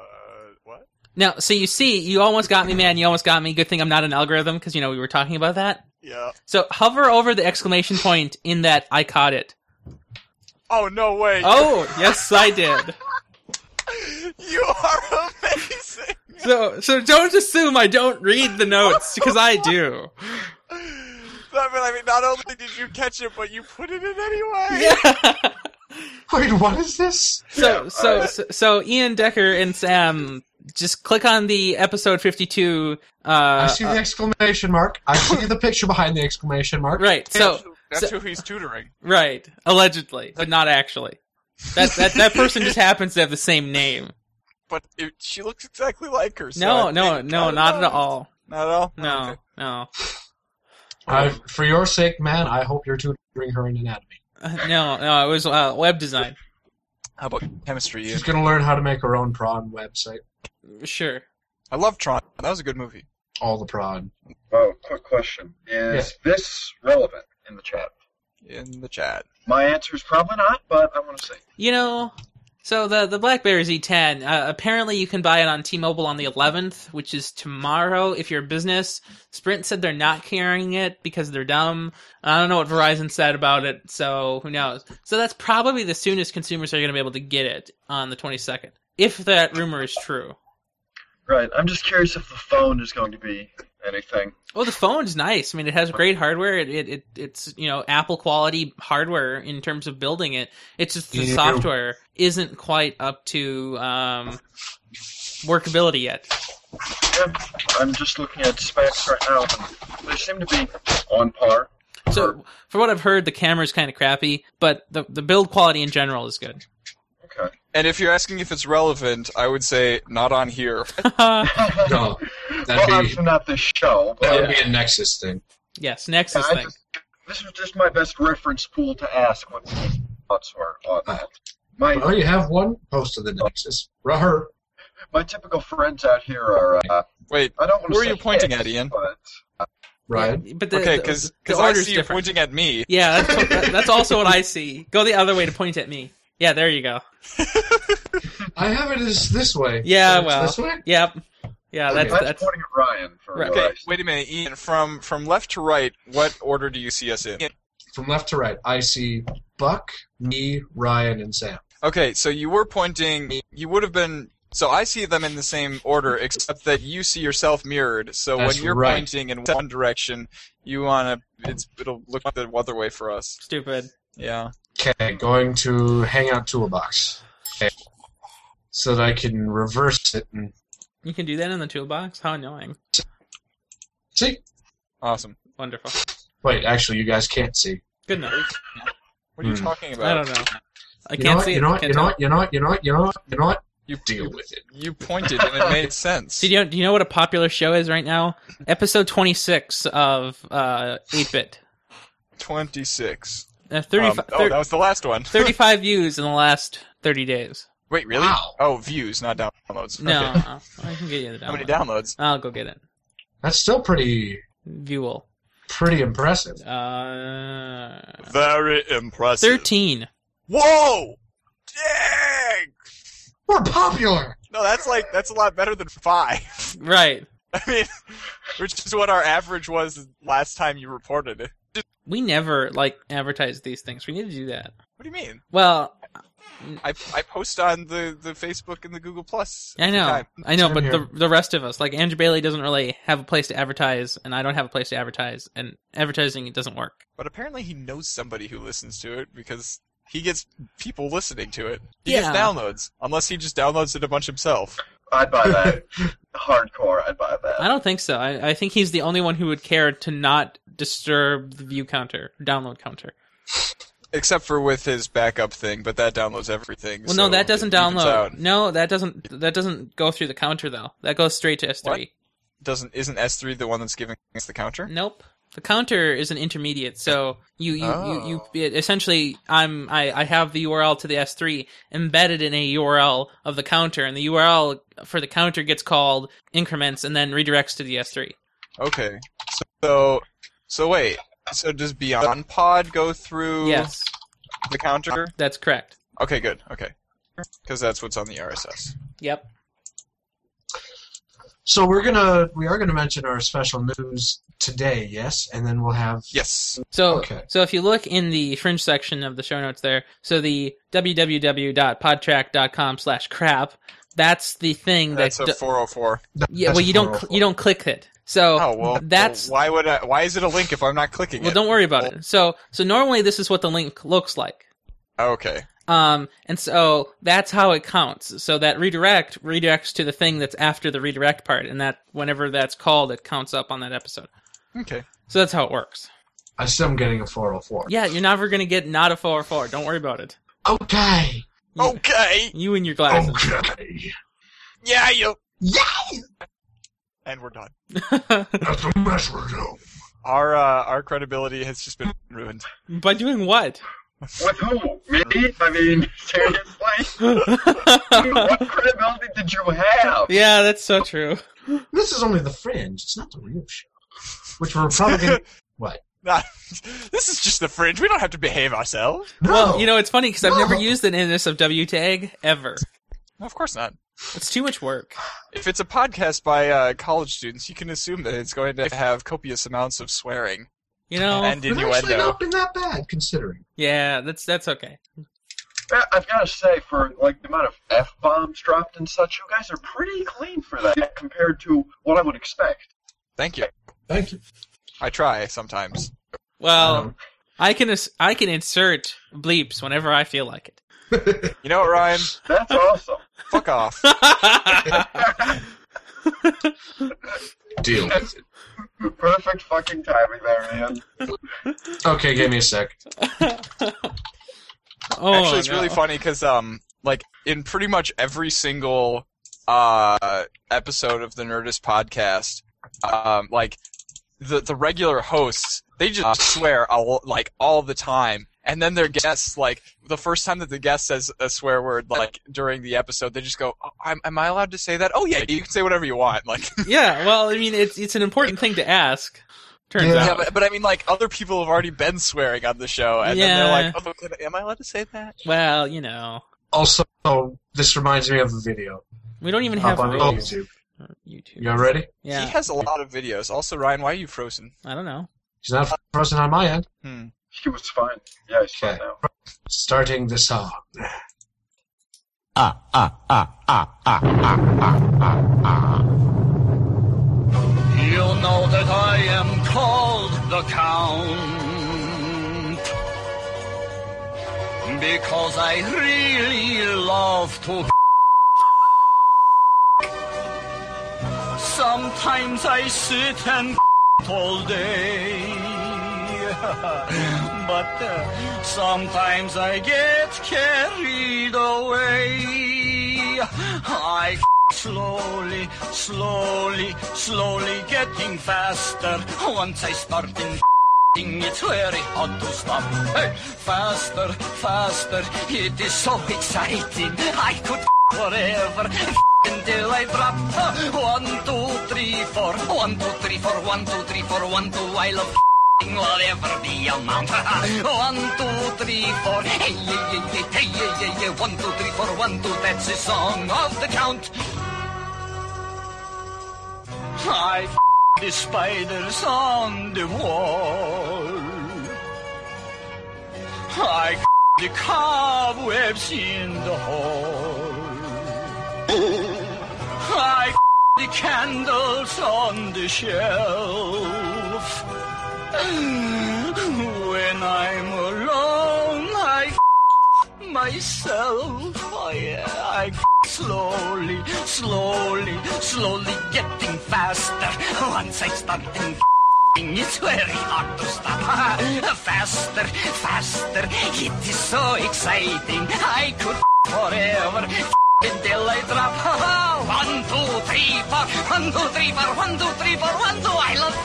S5: what?
S2: Now, so you see, you almost got me, man. You almost got me. Good thing I'm not an algorithm, because, you know, we were talking about that.
S5: Yeah.
S2: So hover over the exclamation point in that I caught it.
S5: Oh, no way.
S2: Oh, yes, I did.
S5: You are amazing.
S2: So, so don't assume I don't read the notes, because I do.
S5: I mean, I mean, not only did you catch it, but you put it in anyway.
S2: Yeah.
S4: Wait, what is this?
S2: So, so, so, so Ian Decker and Sam just click on the episode 52. Uh,
S4: I see the exclamation mark. I see the picture behind the exclamation mark.
S2: uh, right. So,
S5: That's
S2: So-
S5: who he's tutoring.
S2: Right, allegedly, but not actually. That that that person just happens to have the same name.
S5: But it, she looks exactly like her. So
S2: No,
S5: I
S2: no,
S5: think-
S2: no,
S5: I don't
S2: not at
S5: know.
S2: all.
S5: Not at all? Oh,
S2: No,
S5: okay.
S2: no,
S4: I, for your sake, man, I hope you're tutoring her in anatomy.
S2: Uh, no, no. It was uh, web design.
S5: How about chemistry? Ian?
S4: She's going to learn how to make her own prawn website.
S2: Sure.
S5: I love Tron. That was a good movie.
S4: All the prawn.
S3: Oh, quick question. Is this relevant in the chat?
S5: In the chat.
S3: My answer is probably not, but I want to see.
S2: You know, so the the BlackBerry Z10. Uh, apparently, you can buy it on T-Mobile on the 11th, which is tomorrow. If you're a business, Sprint said they're not carrying it because they're dumb. I don't know what Verizon said about it, so who knows? So that's probably the soonest consumers are going to be able to get it on the 22nd, if that rumor is true.
S3: Right. I'm just curious if the phone is going to be anything.
S2: Oh, the phone's nice. I mean, it has great hardware. It, it, it it's you know Apple quality hardware in terms of building it. It's just the
S4: Yeah.
S2: software isn't quite up to um, workability yet.
S3: Yeah, I'm just looking at specs right now, and they seem to be on par.
S2: So, from what I've heard, the camera's kind of crappy, but the the build quality in general is good.
S3: Okay.
S5: And if you're asking if it's relevant, I would say not on here.
S4: No,
S3: well,
S4: that'd be
S3: obviously not this show, but
S4: that would be a Nexus thing.
S2: yes, Nexus
S3: I
S2: thing.
S3: just- this was just my best reference pool to ask what people's thoughts were on that. My
S4: Well, Oh, you have one post of the Nexus. Raher.
S3: my typical friends out here are. Uh,
S5: Wait,
S3: I don't want
S5: Who
S3: to.
S5: are you pointing at, Ian?
S3: But
S4: Ryan.
S2: But the,
S5: okay,
S2: the-
S5: because
S2: the
S5: I
S2: order's
S5: see you
S2: different.
S5: pointing at me.
S2: Yeah, that's, what- that- that's also what I see. Go the other way to point at me. Yeah, there you go.
S4: I have it as this way.
S2: Yeah,
S4: So it's
S2: well.
S4: This way?
S2: Yep. Yeah, that's
S3: that's,
S2: that's.
S3: pointing at Ryan for
S2: Right.
S3: right.
S5: Okay, wait a minute, Ian. From from left to right, what order do you see us in?
S4: From left to right, I see Buck, me, Ryan, and Sam.
S5: Okay, so you were pointing. You would have been. So I see them in the same order, except that you see yourself mirrored. So
S4: That's
S5: when you're
S4: right.
S5: pointing in one direction, you wanna. It's it'll look the other way for us.
S2: Stupid.
S5: Yeah.
S4: Okay, going to Hangout Toolbox. Okay. So that I can reverse it and
S2: You can do that in the toolbox. How annoying.
S4: see.
S5: Awesome.
S2: Wonderful.
S4: Wait, actually, you guys can't see.
S2: Good enough.
S5: What are you
S4: Hmm.
S5: talking about?
S2: I don't know. I
S4: You know
S2: can't
S4: what,
S2: see
S4: You
S2: it.
S4: know what?
S2: Can't
S4: You know
S2: tell.
S4: what? You know what? You know what? You know what? You know what?
S5: You
S4: Deal with it.
S5: You pointed and it made sense.
S2: See, do you, do you know what a popular show is right now? Episode 26 of uh, 8-Bit.
S5: Twenty six.
S2: Uh, 35,
S5: oh, that was the last one.
S2: 35 views in the last 30 days.
S5: Wait, really?
S4: Wow.
S5: Oh, views, not downloads.
S2: No,
S5: Okay.
S2: uh, I can get you the download.
S5: How many downloads?
S2: I'll go get it.
S4: That's still pretty,
S2: Viewel.
S4: pretty impressive.
S2: Uh,
S5: Very impressive.
S2: 13.
S5: Whoa! Dang!
S4: We're popular.
S5: No, that's like that's a lot better than five.
S2: Right.
S5: I mean, which is what our average was last time you reported it.
S2: We never, like, advertise these things. We need to do that.
S5: What do you mean?
S2: Well,
S5: I, I post on the, the Facebook and the Google Plus.
S2: I know,
S5: Okay.
S2: I know,
S4: Same
S2: but the
S4: here.
S2: the rest of us, like Andrew Bailey, doesn't really have a place to advertise, and I don't have a place to advertise, and advertising it doesn't work.
S5: But apparently he knows somebody who listens to it because he gets people listening to it. He
S2: Yeah.
S5: gets downloads, unless he just downloads it a bunch himself.
S3: I'd buy that. Hardcore, I'd buy that.
S2: I don't think so. I, I think he's the only one who would care to not disturb the view counter, download counter.
S5: Except for with his backup thing, but that downloads everything.
S2: Well,
S5: so
S2: no, that doesn't
S5: it evens out.
S2: download. No, that doesn't. That doesn't go through the counter though. That goes straight to S three.
S5: Doesn't isn't S three the one that's giving us the counter?
S2: Nope. The counter is an intermediate, so you you, you,
S5: Oh.
S2: you it, essentially I'm I, I have the URL to the S3 embedded in a URL of the counter, and the URL for the counter gets called increments and then redirects to the S3.
S5: Okay. So so wait. So does Beyond Pod go through
S2: Yes,
S5: the counter?
S2: that's correct.
S5: Okay, good. Okay. Because that's what's on the RSS.
S2: Yep.
S4: So we're gonna, we are gonna mention our special news today, yes, and then we'll have.
S5: Yes.
S2: So
S4: Okay.
S2: so if you look in the fringe section of the show notes there, so the www.podtrack.com slash crap, that's the thing
S5: That's
S2: that
S5: a
S2: d-
S5: four oh four.
S2: yeah. Well, you don't cl- you don't click it. So
S5: Oh well
S2: that's
S5: well, why would I why is it a link if I'm not clicking
S2: Well,
S5: it?
S2: don't worry about it. So, so normally this is what the link looks like.
S5: Okay.
S2: Um, and so that's how it counts. So that redirect redirects to the thing that's after the redirect part, and that whenever that's called, it counts up on that episode.
S5: Okay.
S2: So that's how it works.
S4: I still am getting a 404.
S2: Yeah, you're never gonna get not a four four. Don't worry about it.
S4: Okay.
S2: You,
S5: Okay.
S2: you and your glasses.
S4: Okay.
S5: Yeah you
S4: Yeah.
S5: and we're done.
S4: That's a mess we're doing.
S5: Our uh, our credibility has just been ruined.
S2: By doing what?
S3: With who? Me? I mean, seriously?
S2: yeah,
S3: what credibility did you have?
S2: that's so true.
S4: This is only the fringe. It's not the real show. Which we're probably gonna. what?
S5: Nah, this is just the fringe. We don't have to behave ourselves.
S4: No.
S2: Well, you know, it's funny because I've never
S4: No.
S2: used an NS of W tag ever.
S5: No, of course not.
S2: It's too much work.
S5: If it's a podcast by uh, college students, you can assume that it's going to have copious amounts of swearing
S2: You know?
S5: and
S4: We've actually
S5: innuendo.
S4: not been that bad considering.
S2: yeah, that's that's okay.
S3: Yeah, I've got to say, for like the amount of f bombs dropped and such, you guys are pretty clean for that compared to what I would expect.
S5: Thank you.
S7: Thank you.
S5: I try sometimes.
S2: Well,
S4: Um,
S2: I can ins- I can insert bleeps whenever I feel like it.
S5: You know what, Ryan?
S3: That's awesome.
S5: Fuck off.
S2: Oh,
S7: Deal.
S3: Perfect fucking timing there, man.
S4: Okay, give me a sec.
S2: oh,
S5: Actually, it's
S2: no.
S5: really funny because, um, like in pretty much every single uh episode of the Nerdist podcast, um, like the the regular hosts they
S2: Uh.
S5: just swear a lo- like all the time, and then their guests like the first time that the guest says a swear word like during the episode, they just go, oh, I'm, "Am I allowed to say that?" Oh yeah, you can say whatever you want. Like,
S2: Yeah, well, I mean, it's it's an important thing to ask. Turns
S4: Yeah.
S5: yeah,
S2: out.
S5: but, but I mean, like other people have already been swearing on the show, and
S2: Yeah.
S5: then they're like, "Oh, can- am I allowed to say that?"
S2: Well, you know,
S4: Also, this reminds me of a video
S2: we don't even
S4: up
S2: have
S4: on
S2: rules.
S4: YouTube.
S2: YouTube.
S4: You all ready?
S5: He
S2: Yeah,
S5: has a lot of videos. Also, Ryan, why are you frozen?
S2: I don't know.
S4: She's not frozen on my end.
S5: Hmm.
S3: She was fine. Yeah, she's fine
S4: Okay.
S3: now.
S4: Starting the song.
S8: You know that I am called the Count. Because I really love to. Sometimes I sit and all day. but uh, sometimes I get carried away. I slowly, slowly, slowly getting faster. Once I start in it's very hard to stop. Hey, faster, faster. It is so exciting. I could forever until I drop. One, two, three, four. One, two, three, four. One, two, three, four. One, two. I love will ever be amount. One, two, three, four. Hey, yeah, yeah, yeah. Hey, yeah, yeah, yeah. One, two, three, four. One, two. That's the song of the count. I f- the spiders on the wall. I f- the cobwebs in the hall. I f- the candles on the shelf. When I'm alone, I f- myself. I, I slowly, slowly, slowly getting faster. Once I start in it's very hard to stop. faster, faster. It is so exciting. I could forever until I drop. One, two, three, four. One, two, three, four. One, two, three, four. One, two. I love.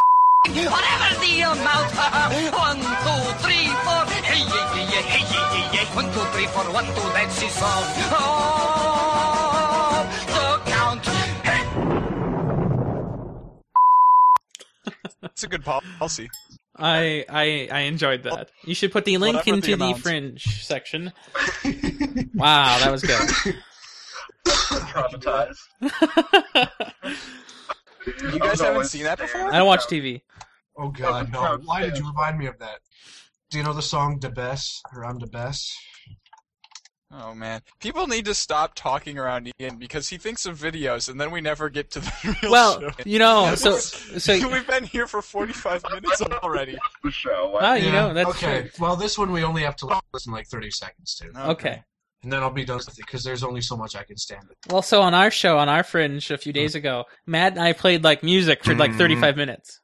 S8: Whatever the amount, one, two, three, four. Hey, yeah, yeah, yeah, hey, yeah, yeah, yeah. One, two, three, four, one, two, that's his song. Oh, the count. Hey.
S5: It's a good policy.
S2: I I I enjoyed that. You should put the link
S5: Whatever the
S2: into the,
S5: amount.
S2: fringe section. wow, that was good.
S3: Traumatized.
S5: You guys haven't seen that before?
S2: I don't watch TV.
S4: Oh God, no! Why did you remind me of that? Do you know the song "The Best" or "I'm the Best"?
S5: Oh man, people need to stop talking around Ian because he thinks of videos, and then we never get to the real
S2: Well,
S5: show.
S2: you know, so so
S5: We've been here for 45 minutes already.
S3: The show.
S2: ah,
S3: I,
S2: you know that's
S4: okay.
S2: true.
S4: Well, this one we only have to listen like thirty seconds to,
S2: Okay.
S4: and then I'll be done with it because there's only so much I can stand. It.
S2: Well, so on our show, on our fringe a few days
S3: Hmm.
S2: ago, Matt and I played like music for like 35 minutes.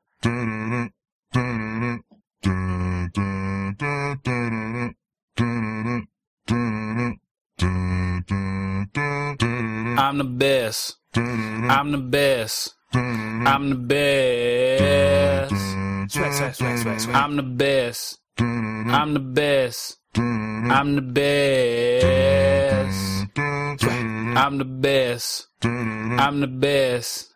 S8: I'm the best. I'm the best. I'm the best. I'm the best. I'm the best. I'm the best. I'm the best. I'm the best.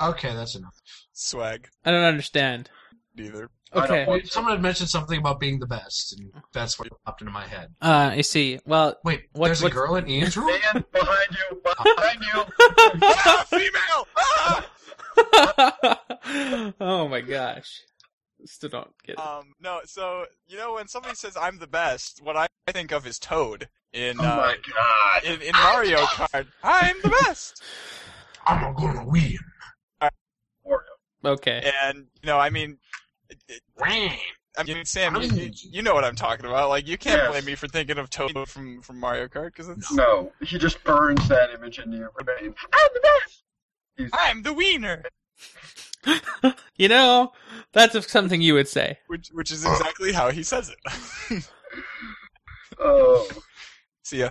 S4: Okay, that's enough.
S5: Swag,
S2: I don't understand.
S5: neither.
S3: I don't
S2: Okay.
S3: want to.
S4: Someone had mentioned something about being the best, and that's what popped into my head.
S2: Uh, I see. Well,
S4: Wait,
S2: What-
S4: there's
S2: what-
S4: a girl in Ian's room.
S3: Dan, behind you, behind you. Oh
S5: ah, female! Ah!
S2: oh my gosh. Still don't get it.
S5: Um, no, so you know when somebody says I'm the best, what I think of is Toad in
S3: Oh
S5: uh,
S3: my god.
S5: in, in Mario Kart. I'm the best.
S4: I'm gonna win.
S3: Mario.
S2: Okay.
S5: And you know, I mean, I mean, Sam, you, you- you know what I'm talking about. Like, you can't
S3: Yes.
S5: blame me for thinking of Toad from from Mario Kart because it's
S3: No, he just burns that image into your brain. I'm the best. He's,
S5: I'm the wiener,
S2: You know, that's something you would say.
S5: which which is exactly how he says it.
S3: oh,
S5: See ya.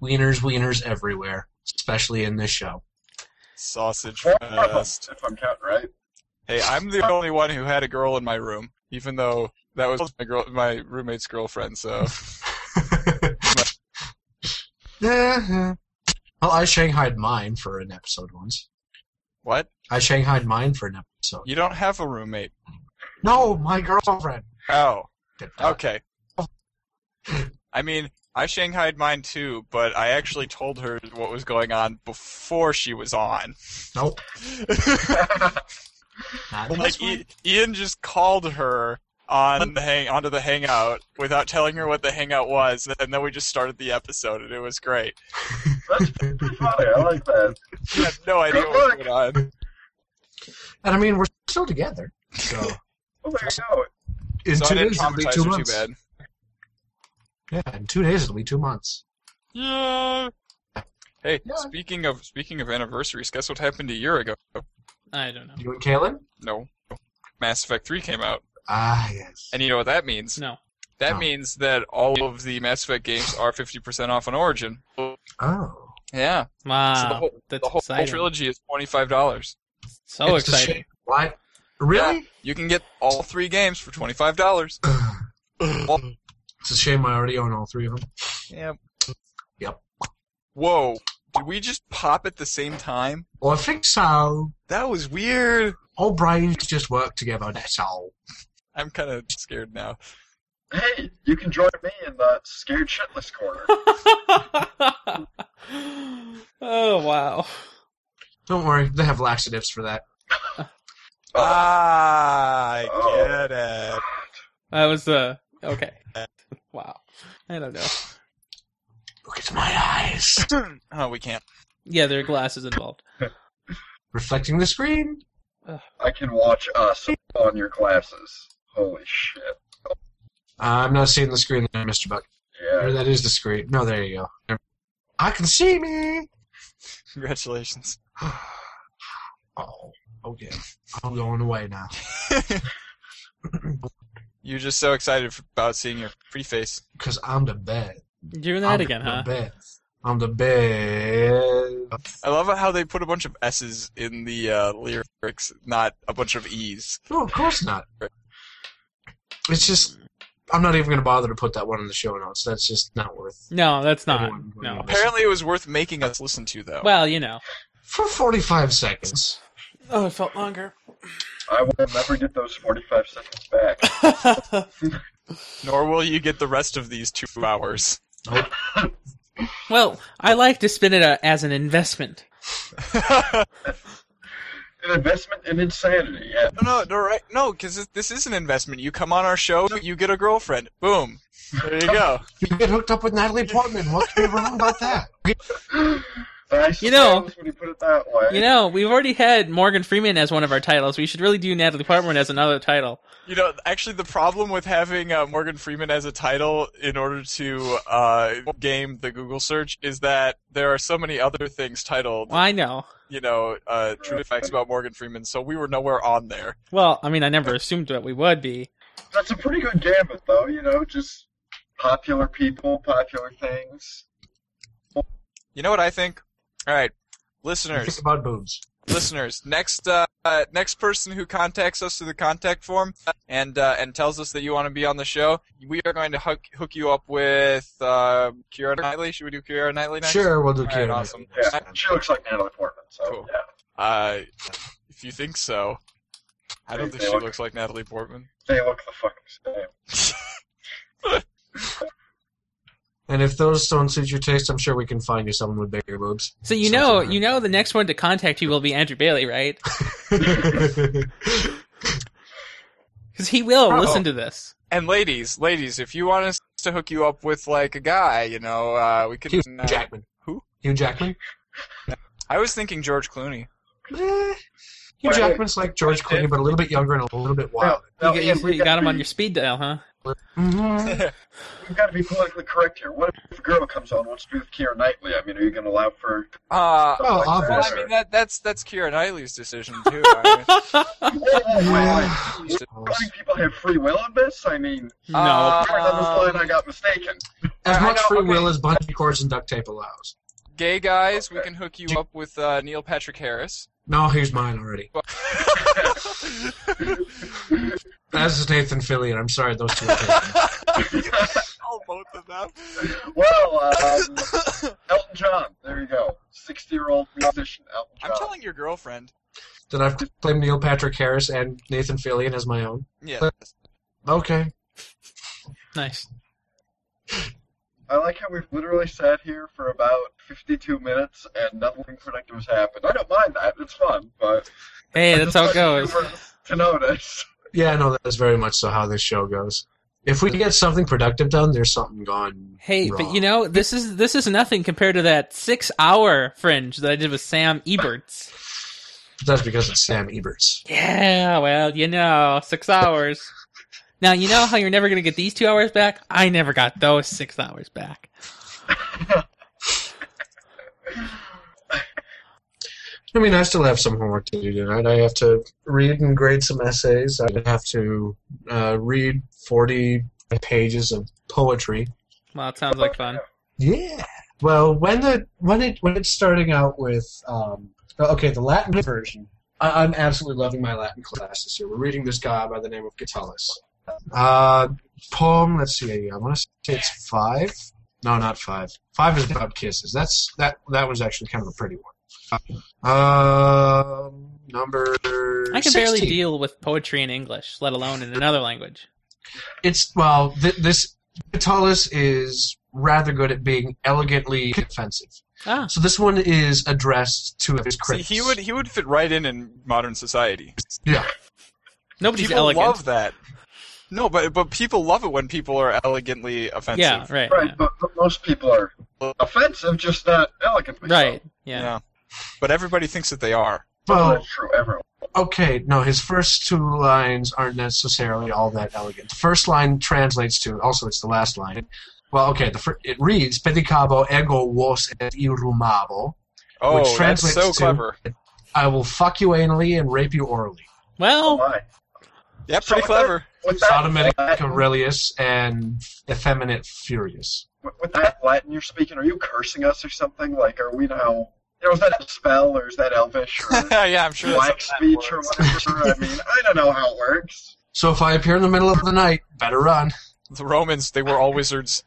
S4: Wieners, wieners everywhere, especially in this show.
S5: Sausage
S3: if
S2: Uh,
S5: fest.
S3: I'm counting right.
S5: Hey, I'm the only one who had a girl in my room, even though that was my girl, my roommate's girlfriend. So
S4: well, I shanghaied mine for an episode once.
S5: what?
S4: I shanghaied mine for an episode.
S5: You don't have a roommate?
S4: No, my girlfriend.
S5: Oh,
S4: Uh.
S5: okay. I mean, I shanghaied mine too, but I actually told her what was going on before she was on.
S4: Nope.
S5: like I- Ian just called her on the hang onto the hangout without telling her what the hangout was, and then we just started the episode, and it was great.
S3: That's pretty funny. I like that.
S5: She had no idea what was going on.
S4: And I mean, we're still together. So
S3: Oh, there you go.
S4: in
S5: so I
S4: two
S5: didn't
S4: days, it'll be
S5: traumatize
S4: two
S5: her
S4: months.
S5: too bad.
S4: Yeah, in two days, it'll be two months.
S5: Yeah. Hey,
S4: Yeah.
S5: speaking of speaking of anniversaries, guess what happened a year ago?
S2: I don't know.
S4: You and Kaylin?
S5: No, Mass Effect Three came out,
S4: Ah, yes.
S5: and you know what that means?
S2: No.
S5: That
S4: No.
S5: means that all of the Mass Effect games are fifty percent off on Origin.
S4: Oh.
S5: Yeah,
S2: Wow.
S5: so the whole,
S2: that's
S5: the whole
S2: exciting.
S5: trilogy is twenty five dollars.
S2: So
S4: It's a
S2: Oh, exciting.
S4: shame. Why? Really?
S5: You can get all three games for twenty five dollars.
S4: It's a shame I already own all three of them.
S5: Yep.
S4: Yep.
S5: Whoa! Did we just pop at the same time?
S4: Well, I think so.
S5: That was weird.
S4: All brains just work together, that's all.
S5: I'm kind of scared now.
S3: Hey, you can join me in the scared shitless corner.
S2: oh wow.
S4: Don't worry, they have laxatives for that.
S5: Ah, I
S3: Oh.
S5: get it.
S2: That was the okay. Wow. I don't know.
S4: Look at my eyes.
S5: oh, we can't.
S2: Yeah, there are glasses involved.
S4: Reflecting the screen.
S3: I can watch us on your glasses. Holy shit.
S4: Uh, I'm not seeing the screen there, Mr. Buck. Or
S3: Yeah.
S4: that is the screen. No, there you go. I can see me!
S5: Congratulations.
S4: Oh, okay. I'm going away now.
S5: You're just so excited f- about seeing your pretty face.
S4: Because I'm the best.
S2: Doing
S4: I'm
S2: that again,
S4: the
S2: huh?
S4: Best. I'm the best.
S5: I love how they put a bunch of S's in the uh, lyrics, not a bunch of E's.
S4: No, of course not. It's just, I'm not even going to bother to put that one in the show notes. That's just not worth
S2: No, that's not.
S4: Everyone-
S2: No.
S5: Apparently, it was worth making us listen to, though.
S2: Well, you know.
S4: For 45 seconds.
S2: Oh, it felt longer.
S3: I will never get those 45 seconds back.
S5: Nor will you get the rest of these two hours.
S2: well, I like to spin it uh, as an investment.
S3: An investment in insanity. Yeah.
S5: No, no, right? No, because this is an investment. You come on our show, you get a girlfriend. Boom. There you go.
S4: You get hooked up with Natalie Portman. What could be wrong about that?
S3: I
S2: You know-
S3: suppose when you put it that way.
S2: You know, we've already had Morgan Freeman as one of our titles. We should really do Natalie Portman as another title.
S5: You know, actually, the problem with having uh, Morgan Freeman as a title in order to uh, game the Google search is that there are so many other things titled,
S2: Well, I know.
S5: you know, uh, true facts about Morgan Freeman, so we were nowhere on there.
S2: Well, I mean, I never assumed that we would be.
S3: That's a pretty good gambit, though, you know, just popular people, popular things.
S5: You know what I think? All right,
S4: Think
S5: listeners,
S4: about boobs.
S5: listeners. Next, uh, uh, next person who contacts us through the contact form and uh, and tells us that you want to be on the show, we are going to hook hook you up with uh, Kiara Knightley. Should we do Kiara Knightley next?
S4: Sure, we'll do
S5: All right,
S4: Kieran.
S5: awesome.
S3: Yeah, she looks like Natalie Portman, so
S5: Cool.
S3: yeah.
S5: Uh, if you think so, I don't think she looks like Natalie Portman.
S3: They look the fucking same.
S4: And if those don't suit your taste, I'm sure we can find you someone with bigger boobs.
S2: So you
S4: Sounds
S2: know,
S4: like-
S2: you know, the next one to contact you will be Andrew Bailey, right? Because he will
S5: Oh.
S2: listen to this.
S5: And ladies, ladies, if you want us to hook you up with like a guy, you know, uh, we could.
S4: Hugh
S5: uh,
S4: Jackman.
S5: who?
S4: Hugh Jackman.
S5: I was thinking George Clooney.
S4: Eh, Hugh Jackman's like George Clooney, but a little bit younger and a little bit
S3: Now,
S4: wild.
S3: now,
S2: you,
S3: Ian,
S2: got, you
S3: we've
S2: got
S3: gotta
S2: him on
S3: be-
S2: your speed dial, huh?
S3: We've got to be politically correct here. What if the girl comes on wants to be with Keira Knightley? I mean, are you going to allow for?
S5: Uh,
S4: Oh,
S3: like that?
S5: well,
S4: obvious.
S5: I mean that that's that's Kira Knightley's decision too. I
S3: Whoa, whoa, wait, wait.
S5: mean,
S3: Letting people have free will in this? I mean,
S2: No.
S5: Uh,
S3: somewhere
S2: Um,
S3: down this line, I got mistaken.
S4: As
S5: I
S4: much
S5: know,
S4: free
S5: okay.
S4: will as bungee cords and duct tape allows.
S5: gay guys, we
S3: Okay.
S5: can hook you up with uh, Neil Patrick Harris.
S4: No, here's mine already.
S5: But-
S4: As is Nathan Fillion. I'm sorry, those two. Are different.
S5: oh, both of them.
S3: Well, um, Elton John. There you go. Sixty-year-old musician Elton John.
S5: I'm telling your girlfriend.
S4: Then I've claimed Neil Patrick Harris and Nathan Fillion as my own.
S5: Yeah.
S4: Okay.
S2: Nice.
S3: I like how we've literally sat here for about 52 minutes and nothing productive has happened. I don't mind that. It's fun, but
S2: Hey, that's how it goes.
S3: To notice.
S4: Yeah, no, that is very much so how this show goes. If we get something productive done, there's something gone.
S2: Hey,
S4: wrong.
S2: but you know this is this is nothing compared to that six-hour fringe that I did with Sam Eberts.
S4: that's because it's Sam Ebert's.
S2: Yeah, well, you know, six hours. Now you know how you're never gonna get these two hours back. I never got those six hours back.
S4: I mean, I still have some homework to do tonight. I have to read and grade some essays. I have to uh, read 40 pages of poetry.
S2: Well, it sounds like fun.
S4: Yeah. Well, when the when it when it's starting out with um, okay, the Latin version. I, I'm absolutely loving my Latin class this year. We're reading this guy by the name of Catullus. Uh, poem. Let's see. I want to say it's five. No, not five. Five is about kisses. That's that. That was actually kind of a pretty one. Um, number.
S2: I can barely
S4: 16.
S2: deal with poetry in English, let alone in another language.
S4: It's well, th- this Catullus is rather good at being elegantly offensive.
S2: Ah,
S4: So this one is addressed to his
S5: See,
S4: critics.
S5: he would he would fit right in in modern society.
S4: Yeah.
S2: nobody's
S5: people
S2: elegant.
S5: love that. No, but but people love it when people are elegantly offensive.
S2: yeah, right.
S3: Right,
S2: yeah.
S3: but, but most people are offensive, just not elegantly. so.
S2: Right.
S5: Yeah.
S2: Yeah.
S5: But everybody thinks that they are.
S3: Well,
S4: Well,
S3: that's true. Everyone.
S4: okay, no, his first two lines aren't necessarily all that elegant. The first line translates to, also it's the last line. Well, okay, the fir- it reads, Pedicabo ego vos et irumabo.
S5: Oh, that's
S4: translates
S5: so
S4: to-
S5: clever.
S4: I will fuck you anally and rape you orally.
S3: Oh,
S2: Well,
S3: my.
S5: Yeah, pretty
S3: So-
S5: clever.
S3: With that,
S4: Sodomitic
S3: Latin,
S4: Aurelius and effeminate Furious.
S3: with- with that Latin you're speaking, are you cursing us or something? Like, are we now? You know, is that a spell or is that Elvish or
S5: yeah, I'm sure
S3: black
S5: that's
S3: speech or whatever? I mean, I don't know how it works.
S4: So if I appear in the middle of the night, better run.
S5: The Romans, they were all wizards.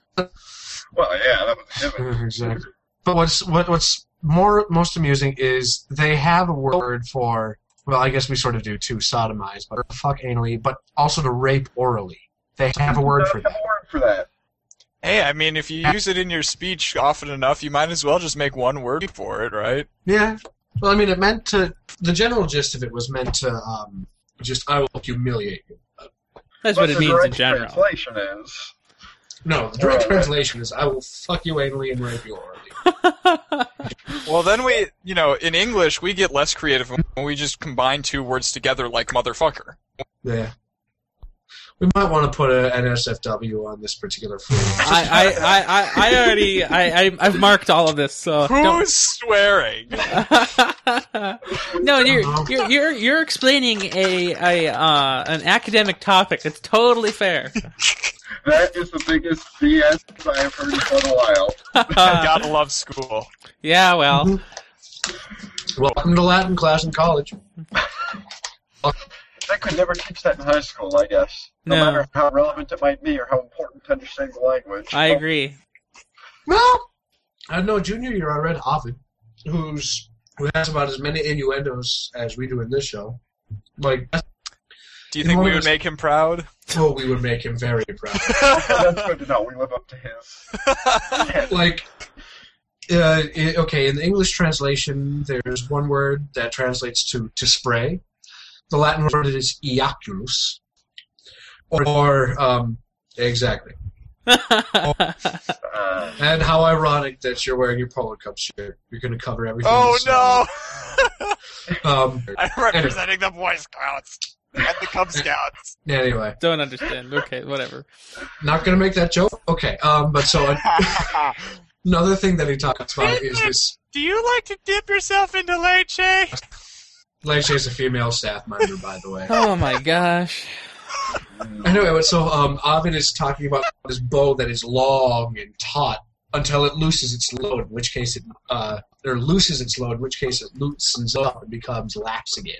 S3: Well, yeah, that was a given.
S4: exactly. But what's what, what's more most amusing is they have a word for well, I guess we sort of do too, sodomize, but fuck anally, but also to rape orally. They have a word
S3: Don't
S4: for
S3: have
S4: that.
S3: a word for that.
S5: Hey, I mean, if you use it in your speech often enough, you might as well just make one word for it, right?
S4: Yeah. Well, I mean, it meant to. The general gist of it was meant to um, just I will humiliate you.
S2: that's
S3: But
S2: what it
S3: the
S2: means in
S3: direct
S2: general.
S3: Translation is.
S4: No, the direct translation is I will fuck you anally and rape you orally.
S5: Well, then we, you know, in English, we get less creative when we just combine two words together like motherfucker.
S4: Yeah. We might want to put a NSFW on this particular form.
S2: I, I, I, I, I already, I, I, I've marked all of this, so
S5: Who's
S2: don't.
S5: swearing?
S2: no, you're, you're, you're, you're explaining a, a, uh, an academic topic. It's totally fair.
S3: That is the biggest BS I have heard in quite a while.
S5: Gotta love school.
S2: yeah, well,
S4: Welcome to Latin class in college.
S3: They could never teach that in high school, I guess. No,
S2: No.
S3: matter how relevant it might be or how important to understand the language.
S2: I agree.
S4: Well, I know junior year I read Ovid, who's who has about as many innuendos as we do in this show. Like that's
S5: Do you
S4: In
S5: think
S4: one
S5: we
S4: of
S5: would
S4: those-
S5: make him proud?
S4: what we would make him very proud.
S3: That's good to know. We live up to his.
S4: Like, uh, i okay, in the English translation, there's one word that translates to to spray. The Latin word is iaculus, or, or um, exactly.
S3: Uh,
S4: And Oh, how ironic that you're wearing your polo cup shirt. You're going to cover everything.
S5: oh
S4: that's-
S5: no!
S4: Um,
S7: I'm representing the Boy Scouts and the Cub Scouts.
S4: anyway,
S2: Don't understand. Okay, whatever.
S4: not gonna make that joke. Okay. Um, but so another thing that he talks about is this.
S7: Do you like to dip yourself into leche?
S4: Leche is a female staff member, by the way.
S2: Oh my gosh.
S4: Anyway, but so um, Ovid is talking about this bow that is long and taut until it looses its load, in which case it uh, or looses its load, in which case it loosens up and becomes lax again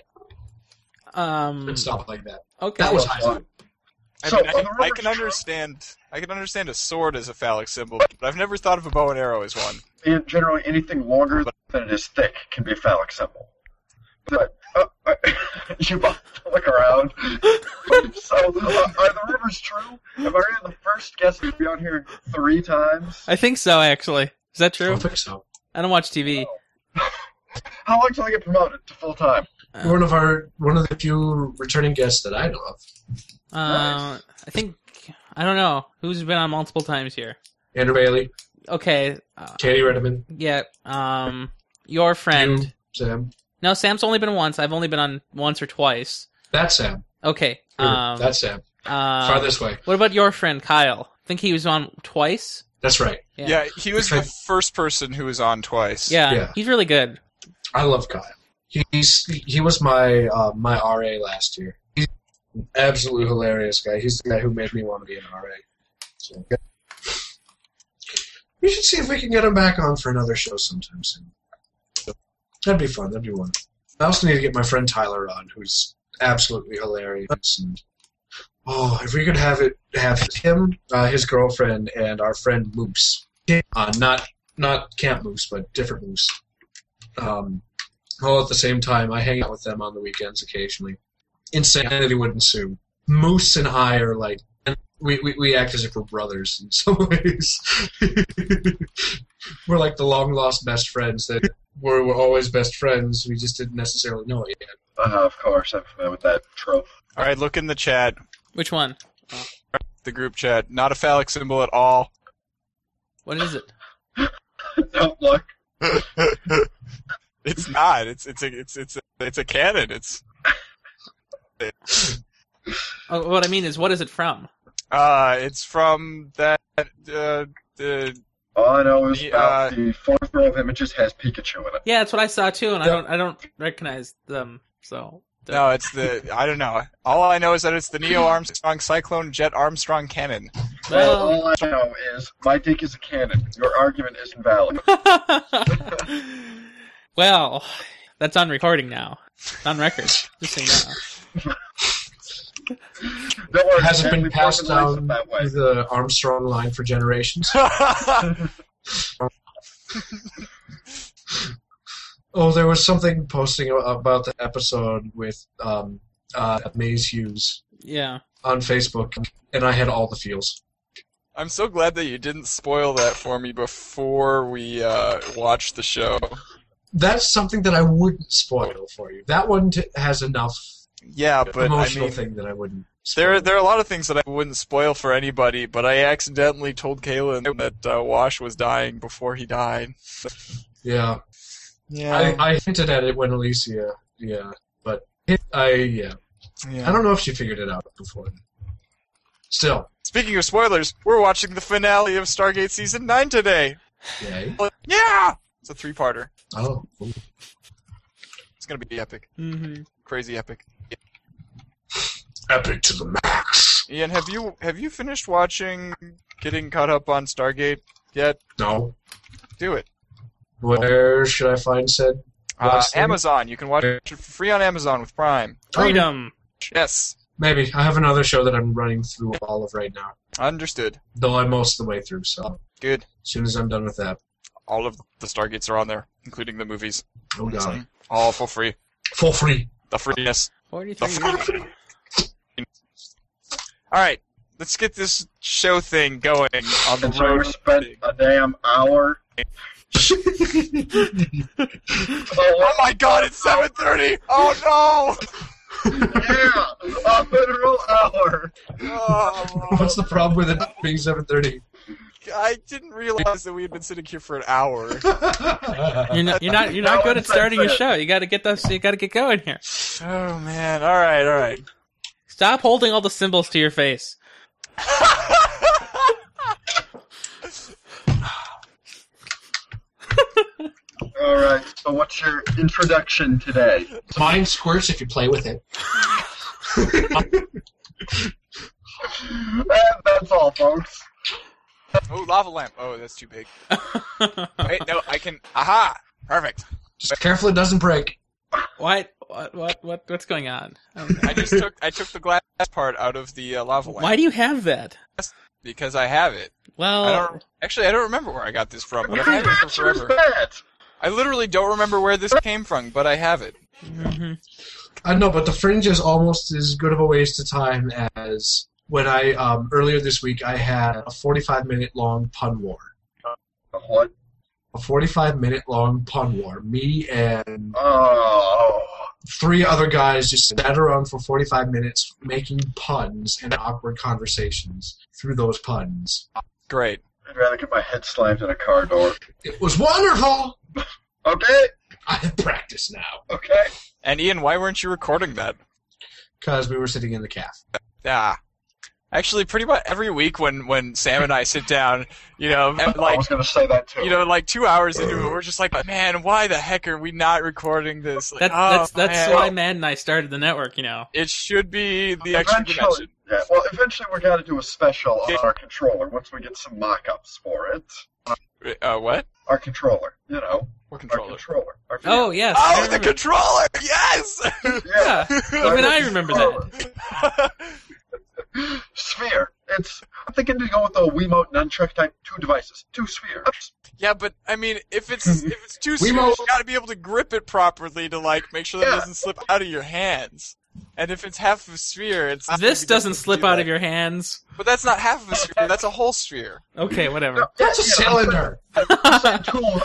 S2: Um.
S4: and stuff like that.
S2: Okay.
S4: That was
S3: Well
S4: high
S3: done.
S4: school.
S5: I,
S3: So,
S5: mean, I,
S3: on
S5: can,
S3: the
S5: I
S3: river
S5: can
S3: truck-
S5: understand. I can understand a sword as a phallic symbol, but I've never thought of a bow and arrow as one.
S3: And generally, anything longer than it is thick can be a phallic symbol. But uh, uh, you both look around. so, uh, are the rumors true? Am I really the first guest to be on here three times?
S2: I think so. Actually, is that
S4: I
S2: true?
S4: don't think so.
S2: I don't watch TV.
S3: How long till I get promoted to full time?
S4: You're one of our one of the few returning guests that I know of. Oh,
S2: Uh, I think I don't know who's been on multiple times here.
S4: Andrew Bailey,
S2: Okay. Uh,
S4: Katie Redman,
S2: yeah. Um. Your friend.
S4: you, Sam.
S2: No, Sam's only been once. I've only been on once or twice.
S4: That's Sam.
S2: Okay.
S4: Here,
S2: Um,
S4: That's Sam.
S2: um,
S4: Far this way.
S2: What about your friend Kyle? I think he was on twice.
S4: That's right.
S2: Yeah.
S5: Yeah, he was the
S4: Okay.
S5: first person who was on twice.
S2: Yeah,
S4: Yeah.
S2: he's really good.
S4: I love Kyle. He's he was my uh, my RA last year. He's an absolutely hilarious guy. He's the guy who made me want to be an RA. So, yeah. We should see if we can get him back on for another show sometime soon. That'd be fun. That'd be wonderful. I also need to get my friend Tyler on, who's absolutely hilarious. And oh, if we could have it have him, uh, his girlfriend, and our friend Moose. Uh, not not Camp Moose, but different Moose um, all at the same time. I hang out with them on the weekends occasionally. Insanity would ensue. Moose and I are like, and we, we, we act as if we're brothers in some ways. we're like the long lost best friends that were, were always best friends. We just didn't necessarily know it yet.
S3: Uh, of course, I'm familiar with that trope.
S5: All right, look in the chat,
S2: Which one?
S5: the group chat. Not a phallic symbol at all.
S2: What is it?
S3: Don't look.
S5: It's not. It's it's a it's it's a, it's a cannon. It's
S2: Oh, what I mean is, what is it from?
S5: uh it's from that uh, the
S3: All I know is
S5: The,
S3: about
S5: uh,
S3: the fourth row of images has Pikachu in it.
S2: Yeah, that's what I saw too, and I don't, I don't recognize them. So
S5: no, it's the I don't know. All I know is that it's the Neo Armstrong Cyclone Jet Armstrong cannon.
S3: Well,
S2: Well-
S3: all I know is my dick is a cannon. Your argument is invalid.
S2: well, that's on recording now. It's on record. Just so you know.
S3: Don't worry,
S4: Hasn't
S3: Ken,
S4: been
S3: we've
S4: passed
S3: organized
S4: down
S3: it that way.
S4: through the Armstrong line for generations. Oh, there was something posting about the episode with um, uh, Maze Hughes
S2: Yeah.
S4: on Facebook, and I had all the feels.
S5: I'm so glad that you didn't spoil that for me before we uh, watched the show.
S4: that's something that I wouldn't spoil for you. That one t- has enough
S5: Yeah, but I
S4: emotional
S5: mean,
S4: thing that I wouldn't. Spoil.
S5: there there are a lot of things that I wouldn't spoil for anybody. But I accidentally told Kalen that uh, Wash was dying before he died.
S4: yeah,
S5: Yeah,
S4: I, I hinted at it when Alicia, yeah, but it, I, yeah, I don't know if she figured it out before. then. Still,
S5: Speaking of spoilers, we're watching the finale of Stargate season nine today.
S4: yay!
S5: Yeah, it's a three-parter.
S4: Oh, ooh.
S5: It's gonna be epic,
S2: Mm-hmm.
S5: crazy epic.
S4: epic to the max.
S5: Ian, have you have you finished watching, getting caught up on Stargate yet?
S4: No,
S5: Do it.
S4: where should I find said?
S5: Uh,
S4: Watch them.
S5: Amazon. You can watch it for free on Amazon with Prime.
S4: Oh.
S2: Freedom.
S5: Yes,
S4: Maybe I have another show that I'm running through all of right now,
S5: understood.
S4: though I'm most of the way through. So
S5: Good.
S4: as soon as I'm done with that,
S5: All of the Stargates are on there, including the movies.
S4: oh god,
S5: All for free.
S4: for free.
S5: The freeness. The
S2: Forty-three. years.
S5: free. All right, let's get this show thing going on the
S3: And so we
S5: road.
S3: spent a damn hour.
S5: Oh my God! It's seven thirty. Oh
S3: yeah, a literal hour.
S5: no! Oh,
S4: What's the problem with it being 7:30?
S5: I didn't realize that we had been sitting here for an hour.
S2: You're not you're not, you're not
S3: No,
S2: good
S3: I'm
S2: at starting a
S3: sorry.
S2: show. You got to get those. You got to get going here.
S5: Oh man! All right, all right.
S2: Stop holding all the symbols to your face.
S3: All right. So, what's your introduction today?
S4: Mine squirts if you play with it.
S3: And that's all, folks.
S5: Oh, lava lamp. Oh, that's too big. Wait, no, I can. Aha! Perfect.
S4: Just careful it doesn't break.
S2: What what what what what's going on? Um,
S5: I just took I took the glass part out of the uh, lava lamp
S2: Why do you have that?
S5: because I have it. I
S2: Well,
S5: don't. Actually, I don't remember where I got this from, but I
S3: Hey,
S5: have it for
S3: that's your
S5: forever.
S3: bet.
S5: I literally don't remember where this came from, but I have it.
S2: mhm.
S4: I know, Uh, but the fringe is almost as good of a waste of time as when I um, earlier this week I had a 45 minute long pun war.
S3: What?
S4: A 45 minute long pun war. Me and
S3: Oh.
S4: three other guys just sat around for 45 minutes making puns and awkward conversations through those puns.
S5: Great.
S3: I'd rather get my head slammed in a car door.
S4: It was wonderful!
S3: Okay.
S4: I have practice now.
S3: Okay.
S5: And Ian, why weren't you recording that?
S4: Because we were sitting in the calf.
S5: Ah. Actually, pretty much every week when when Sam and I sit down, you know, and,
S3: I
S5: like
S3: was gonna say that too.
S5: you know, like two hours into it, we're just like, man, why the heck are we not recording this? Like,
S2: that,
S5: oh,
S2: that's that's
S5: man.
S2: why Matt and I started the network. You know,
S5: It should be the extra
S3: eventually.
S5: dimension.
S3: Yeah. Well, eventually we're gonna do a special on our controller once we get some mock-ups for it.
S5: Uh, what?
S3: Our controller. You know.
S5: What
S3: Our
S5: controller?
S3: controller. Our video.
S2: oh yes, I
S5: Oh, the
S2: remember.
S5: controller! Yes!
S3: Yeah.
S2: yeah. Even I remember that.
S3: Sphere. It's I'm thinking to go with the Wiimote nunchuck type two devices, two spheres.
S5: yeah, but I mean, if it's if it's too small,
S4: Wiimote.
S5: you gotta be able to grip it properly to like make sure that
S3: Yeah.
S5: it doesn't slip out of your hands. And if it's half of a sphere, it's
S2: This
S5: you
S2: doesn't
S5: don't
S2: slip
S5: do
S2: out
S5: that.
S2: of your hands.
S5: But that's not half of a sphere. That's a whole sphere.
S2: Okay, whatever.
S4: That's a
S3: Yeah.
S4: cylinder!
S3: two.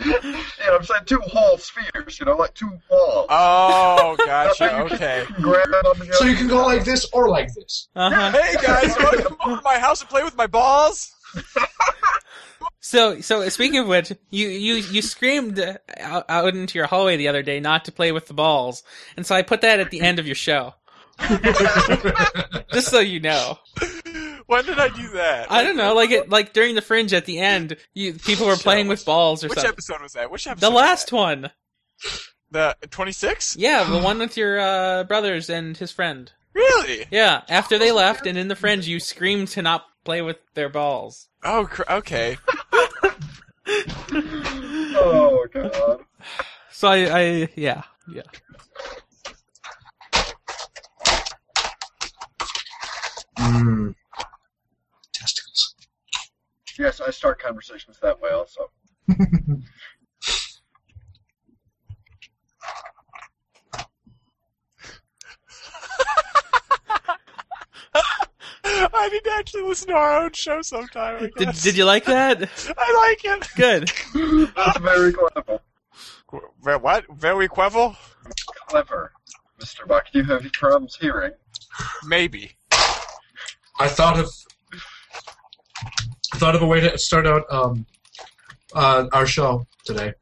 S3: yeah, I'm saying two whole spheres. You know, like two walls.
S5: Oh, gotcha. Okay.
S3: Grab it on the
S4: Uh, So
S3: other
S4: you can go like this or like this.
S2: Uh-huh.
S5: Hey guys, you wanna come over to my house and play with my balls?
S2: So, so speaking of which, you you you screamed uh, out, out into your hallway the other day not to play with the balls, and so I put that at the end of your show, just so you know.
S5: When did I do that?
S2: I don't know, like it, like during the fringe at the end, you people were playing with balls or
S5: Which
S2: something.
S5: episode was that? Which episode?
S2: The
S5: was
S2: last one,
S5: that? The 26?
S2: yeah, the one with your uh, brothers and his friend.
S5: Really?
S2: Yeah, after they left and in the fringe, you screamed to not play with their balls.
S5: Oh, cr- okay.
S3: Oh god.
S2: So I, I yeah, yeah.
S4: Mm. Testicles.
S3: Yes, I start conversations that way also.
S5: I need to actually listen to our own show sometime. I,
S2: Did
S5: guess.
S2: did you like that?
S5: I like it.
S2: Good.
S3: That's very clever.
S5: Qu- ver- What? Very quevel?
S3: Clever. Mr. Buck, do you have any problems hearing?
S5: Maybe.
S4: I thought of I thought of a way to start out um, uh, our show today.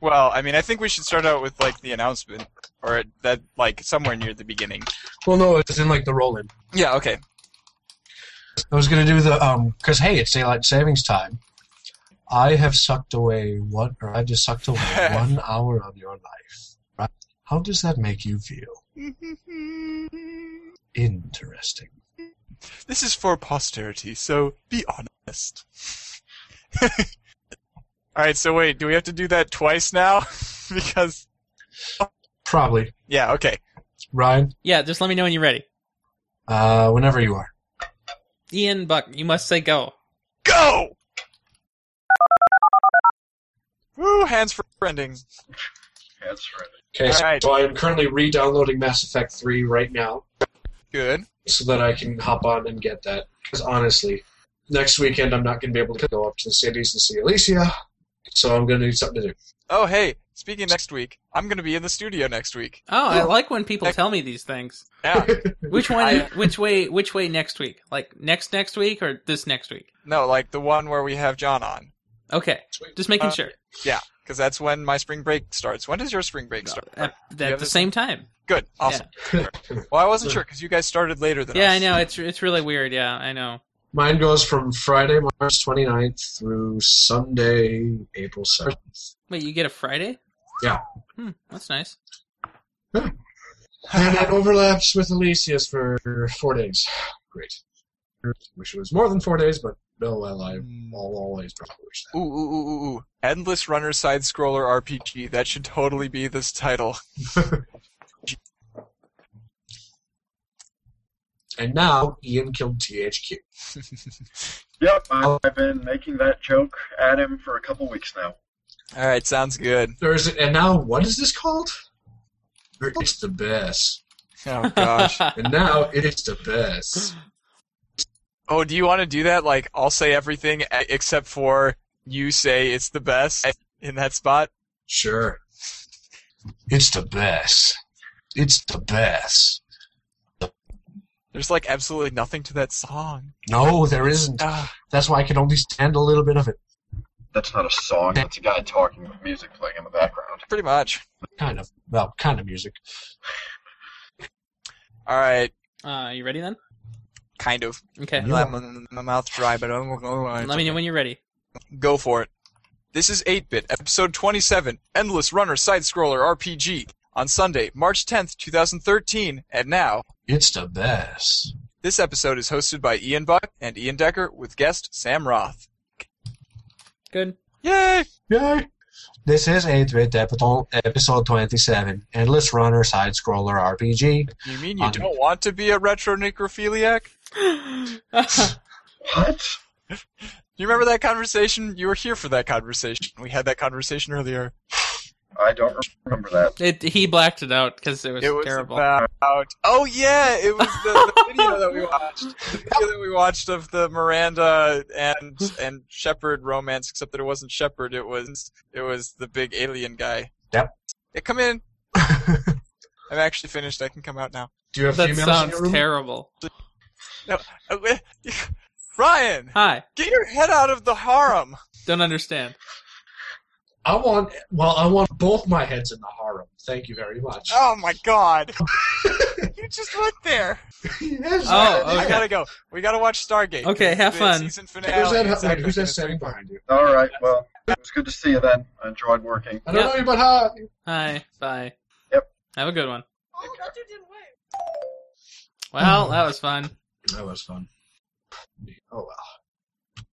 S5: Well, I mean, I think we should start out with like the announcement, or that like somewhere near the beginning.
S4: Well, no, it's in like the roll-in.
S5: Yeah. Okay.
S4: I was gonna do the um, cause hey, it's daylight savings time. I have sucked away one, or I just sucked away one hour of your life. Right? How does that make you feel? Interesting.
S5: This is for posterity, so be honest. All right. So wait, do we have to do that twice now? because
S4: Probably,
S5: yeah. Okay.
S4: Ryan.
S2: Yeah, just let me know when you're ready.
S4: Uh, whenever you are.
S2: Ian Buck, you must say go.
S5: Go. Woo! Hands for ending.
S3: Hands for it.
S4: Okay, so,
S5: Alright.
S4: so I am currently re-downloading Mass Effect Three right now,
S5: Good.
S4: so that I can hop on and get that. Because honestly, next weekend I'm not gonna be able to go up to the cities and see Alicia, so I'm gonna need something to do.
S5: Oh, hey, speaking of next week, I'm going to be in the studio next week.
S2: Oh, I like when people tell me these things.
S5: Yeah.
S2: Which one? Which way? Which way next week? Like next next week or this next week?
S5: no, like the one where we have John on.
S2: Okay,
S4: Sweet.
S2: just making
S5: Uh,
S2: sure.
S5: Yeah, because that's when my spring break starts. When does your spring break start?
S2: At,
S5: you
S2: at
S5: have
S2: the
S5: this-
S2: same time.
S5: Good, awesome. Well, I wasn't sure because you guys started later than
S2: Yeah,
S5: us.
S2: I know. It's it's really weird. Yeah, I know.
S4: Mine goes from Friday, March 29th through Sunday, April 7th.
S2: Wait, you get a Friday?
S4: Yeah.
S2: Hmm, that's nice.
S4: And that overlaps with Elysius for four days. Great. Wish it was more than four days, but no, well, I will always probably wish that.
S5: Ooh, ooh, ooh, ooh, ooh. Endless Runner Side Scroller RPG. That should totally be this title.
S4: And now, Ian killed THQ.
S3: Yep, I- I've been making that joke at him for a couple weeks now.
S5: All right, sounds good.
S4: There's, and now, what is this called? It's the best.
S5: Oh, gosh.
S4: And now, it is the best.
S5: oh, do you want to do that? Like, I'll say everything e- except for you say it's the best in that spot?
S4: Sure. It's the best. It's the best.
S5: There's like absolutely nothing to that song.
S4: No, there isn't.
S5: Ah,
S4: That's why I can only stand a little bit of it.
S3: That's not a song. That's a guy talking with music playing in the background.
S5: pretty much.
S4: Kind of. Well, kind of music.
S5: All right,
S2: Uh, you ready then?
S5: kind of.
S2: Okay.
S5: Let my, my mouth dry, but I'm going
S2: Let me know when you're ready.
S5: go for it. This is 8-Bit, episode 27, Endless Runner Side-Scroller RPG, on Sunday, March 10th, 2013. And now,
S4: It's the best.
S5: this episode is hosted by Ian Buck and Ian Decker with guest Sam Roth.
S2: Good.
S5: Yay!
S4: Yay! This is 8 bit episode 27, Endless Runner Side Scroller RPG.
S5: You mean you
S4: Um,
S5: don't want to be a retro necrophiliac?
S3: What?
S5: You remember that conversation? You were here for that conversation. We had that conversation earlier.
S3: I don't remember that.
S2: it, he blacked it out because it was,
S5: it was
S2: terrible.
S5: about. Oh yeah, it was the, the video that we watched. The video that we watched of the Miranda and and Shepard romance, except that it wasn't Shepard. It was it was the big alien guy.
S4: Yep.
S5: Yeah, come in. I'm actually finished. I can come out now.
S4: Do you have
S2: that
S4: females in your
S2: sounds
S4: room?
S2: terrible.
S5: Uh, wait. Ryan,
S2: Hi.
S5: get your head out of the harem.
S2: Don't understand.
S4: I want, well, I want both my heads in the harem. Thank you very much.
S5: Oh my god. you just went there.
S4: Yes,
S2: Oh,
S4: I-
S5: I
S2: okay.
S5: gotta go. We gotta watch Stargate.
S2: Okay, have
S5: The
S2: fun.
S5: Season finale.
S4: Who's that,
S5: is
S4: who's that
S5: actually
S4: standing
S5: this week.
S4: behind you?
S3: All right. Well, it was good to see you then. I enjoyed working.
S4: I don't
S2: Yeah.
S4: know you, but hi.
S2: Hi. Bye.
S3: Yep.
S2: Have a good one. Well, that was fun.
S4: That was fun. Oh, well.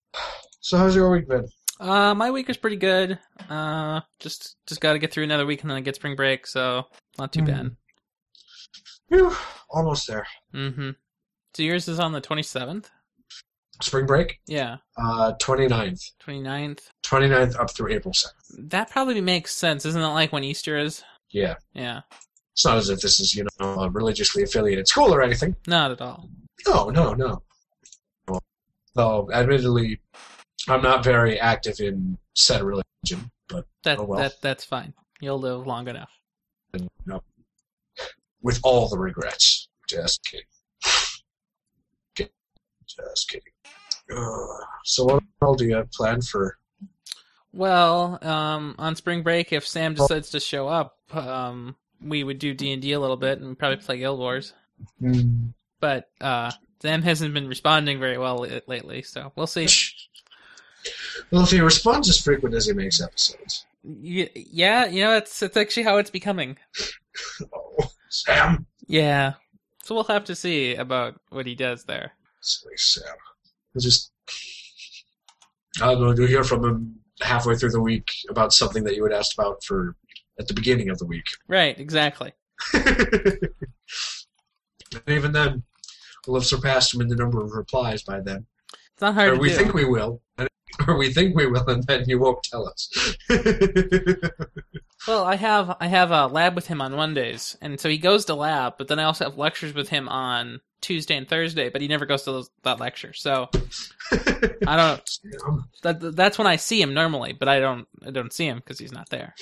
S4: So, how's your week been?
S2: Uh, my week was pretty good. Uh, just just got to get through another week and then I get spring break, so not too
S4: Hmm.
S2: bad.
S4: Phew, almost there.
S2: Mm-hmm. So yours is on the twenty seventh.
S4: Spring break,
S2: Yeah,
S4: uh, 29th.
S2: 29th.
S4: 29th up through April 7th.
S2: That probably makes sense, isn't that like when Easter is?
S4: Yeah.
S2: Yeah,
S4: It's not as if this is, you know, a religiously affiliated school or anything.
S2: not at all.
S4: No, no, no. Well, Though, admittedly, I'm not very active in said religion, but
S2: That
S4: Oh, well.
S2: that that's fine. You'll live long enough.
S4: you know, with all the regrets. Just kidding. Kid- Just kidding. Ugh. so, what all do you have planned for?
S2: Well, um, on spring break, if Sam decides to show up, um, we would do D and D a little bit and probably play Guild Wars.
S4: Hmm.
S2: But uh, Sam hasn't been responding very well li- lately, so we'll see.
S4: Well, if he responds as frequent as he makes episodes.
S2: Y- Yeah, you know, it's it's actually how it's becoming.
S4: Oh, Sam!
S2: Yeah. So we'll have to see about what he does there.
S4: Silly Sam. I'll just. I don't know. You'll hear from him halfway through the week about something that you had asked about for at the beginning of the week.
S2: Right, exactly.
S4: and even then, we'll have surpassed him in the number of replies by then.
S2: It's not hard
S4: Or
S2: to
S4: we
S2: do.
S4: think we will. and- Or we think we will, and then you won't tell us.
S2: Well, I have I have a lab with him on Mondays, and so he goes to lab, but then I also have lectures with him on Tuesday and Thursday, but he never goes to those, that lecture. So I don't. That, that's when I see him normally, but I don't. I don't see him because he's not there.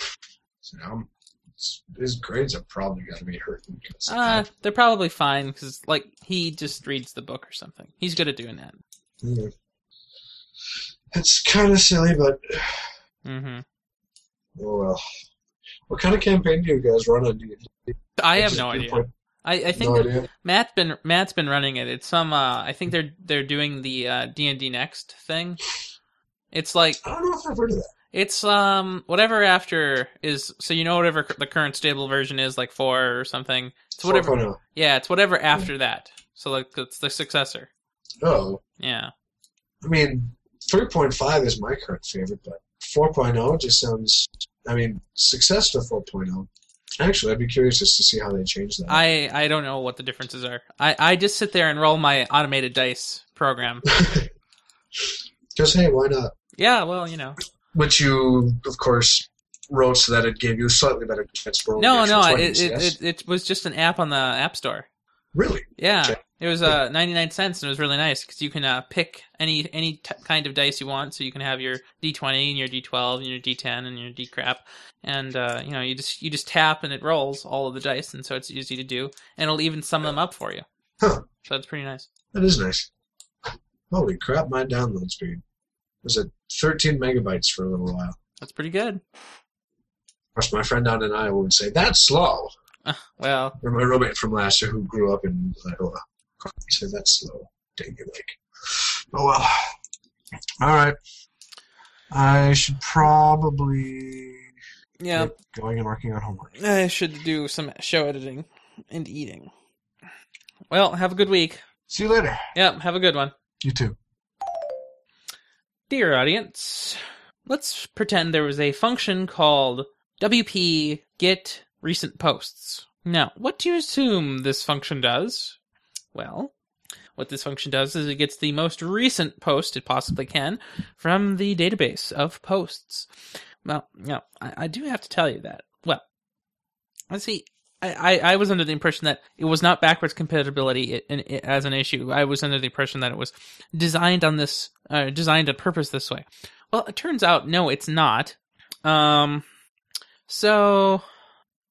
S9: So um, s- his grades are probably going to be hurting. 'cause of
S2: Uh,
S9: that.
S2: they're probably fine because like he just reads the book or something. He's good at doing that.
S9: Yeah. Hmm. It's kind of silly, but
S2: hmm
S9: oh well. What kind of campaign do you guys run on? Do you,
S2: I have
S9: just
S2: no
S9: do
S2: idea.
S9: for-
S2: I, I think
S9: no
S2: that-
S9: idea.
S2: Matt's been Matt's been running it. It's some. Uh, I think they're they're doing the uh, D and D next thing. It's like
S9: I don't know if I've heard of that.
S2: it's um whatever after is so you know whatever the current stable version is like four or something. It's whatever.
S9: 4.0.
S2: Yeah, it's whatever after that. So like it's the successor.
S9: Oh,
S2: Yeah.
S9: I mean, 3.5 is my current favorite, but 4.0 just sounds. I mean, success to 4.0. oh. Actually, I'd be curious just to see how they change that.
S2: I I don't know what the differences are. I I just sit there and roll my automated dice program.
S9: Just hey, why not?
S2: yeah. Well, you know.
S9: Which you, of course, wrote so that it gave you a slightly better chance for
S2: No,
S9: rolling
S2: no.
S9: actual
S2: It
S9: 20s,
S2: it,
S9: yes?
S2: it it was just an app on the app store.
S9: really
S2: Yeah,
S9: Okay.
S2: it was uh, 99 cents and it was really nice because you can uh, pick any any t- kind of dice you want. So you can have your D20 and your D12 and your D10 and your D crap, and uh, you know you just you just tap and it rolls all of the dice, and so it's easy to do, and it'll even sum them up for you.
S9: Huh.
S2: So that's pretty nice.
S9: that is nice. Holy crap! My download speed was at 13 megabytes for a little while.
S2: That's pretty good.
S9: Of course, my friend down in Iowa would say that's slow.
S2: Well,
S9: Or my roommate from last year who grew up in Iowa. He said that's slow. Dang it, like.
S4: Oh well. All right. I should probably
S2: yeah,
S4: get going and working on homework.
S2: I should do some show editing and eating. Well, have a good week.
S4: See you later.
S2: Yep, have a good one.
S4: You too.
S2: Dear audience, let's pretend there was a function called WP get recent posts. Now, what do you assume this function does? Well, what this function does is it gets the most recent post it possibly can from the database of posts. Well, no, I, I do have to tell you that. Well, let's see. I, I, I was under the impression that it was not backwards compatibility i- in, i as an issue. I was under the impression that it was designed on this uh, designed on purpose this way well it turns out no it's not um so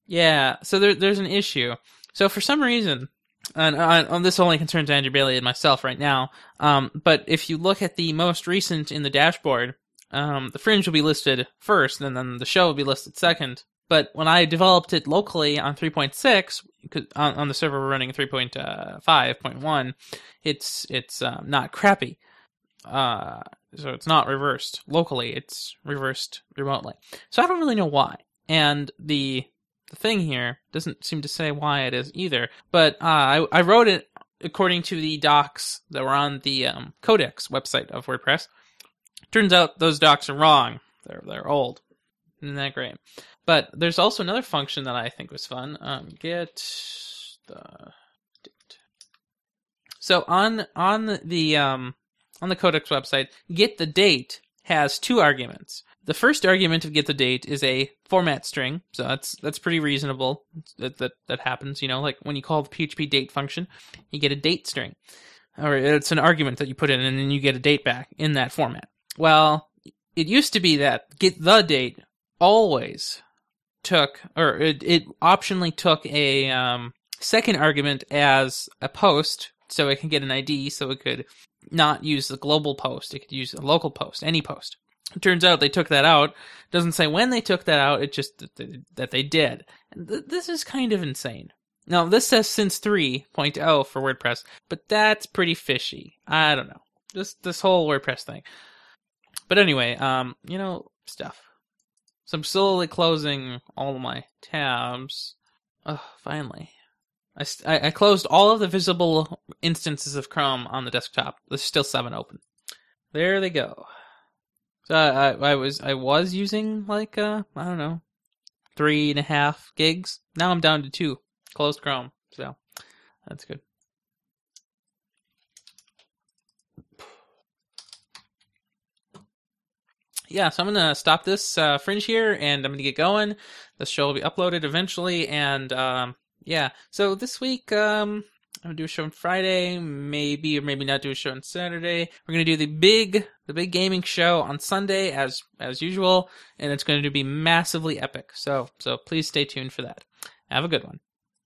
S2: yeah so there, there's an issue so for some reason and, uh, and this only concerns andrew bailey and myself right now um, but if you look at the most recent in the dashboard um, the fringe will be listed first and then the show will be listed second but when i developed it locally on 3.6 'cause on, on the server we're running uh, 3.5.1 it's it's um, not crappy. Uh, so it's not reversed locally; it's reversed remotely. So I don't really know why. And the the thing here doesn't seem to say why it is either. But uh, I I wrote it according to the docs that were on the um, Codex website of WordPress. Turns out those docs are wrong. They're they're old. Isn't that great? But there's also another function that I think was fun. Um, get the so on on the um on the Codex website, get the date has two arguments. The first argument of get the date is a format string, so that's that's pretty reasonable. That that that happens, you know, like when you call the PHP date function, you get a date string, or it's an argument that you put in, and then you get a date back in that format. Well, it used to be that get the date always took, or it, it optionally took a um, second argument as a post so it can get an ID so it could not use the global post it could use a local post any post it turns out they took that out doesn't say when they took that out it just that they, that they did And th- this is kind of insane now this says since 3.0 for WordPress but that's pretty fishy I don't know this this whole WordPress thing but anyway um you know stuff so I'm slowly closing all of my tabs oh finally I, st- I I closed all of the visible instances of Chrome on the desktop. There's still seven open. There they go. So I, I, I was I was using like uh I don't know three and a half gigs. Now I'm down to two closed Chrome. So that's good. Yeah, so I'm gonna stop this uh, fringe here, and I'm gonna get going. The show will be uploaded eventually, and um, yeah. So this week, um, I'm gonna do a show on Friday, maybe or maybe not do a show on Saturday. We're gonna do the big the big gaming show on Sunday as as usual, and it's going to be massively epic. So so please stay tuned for that. Have a good one.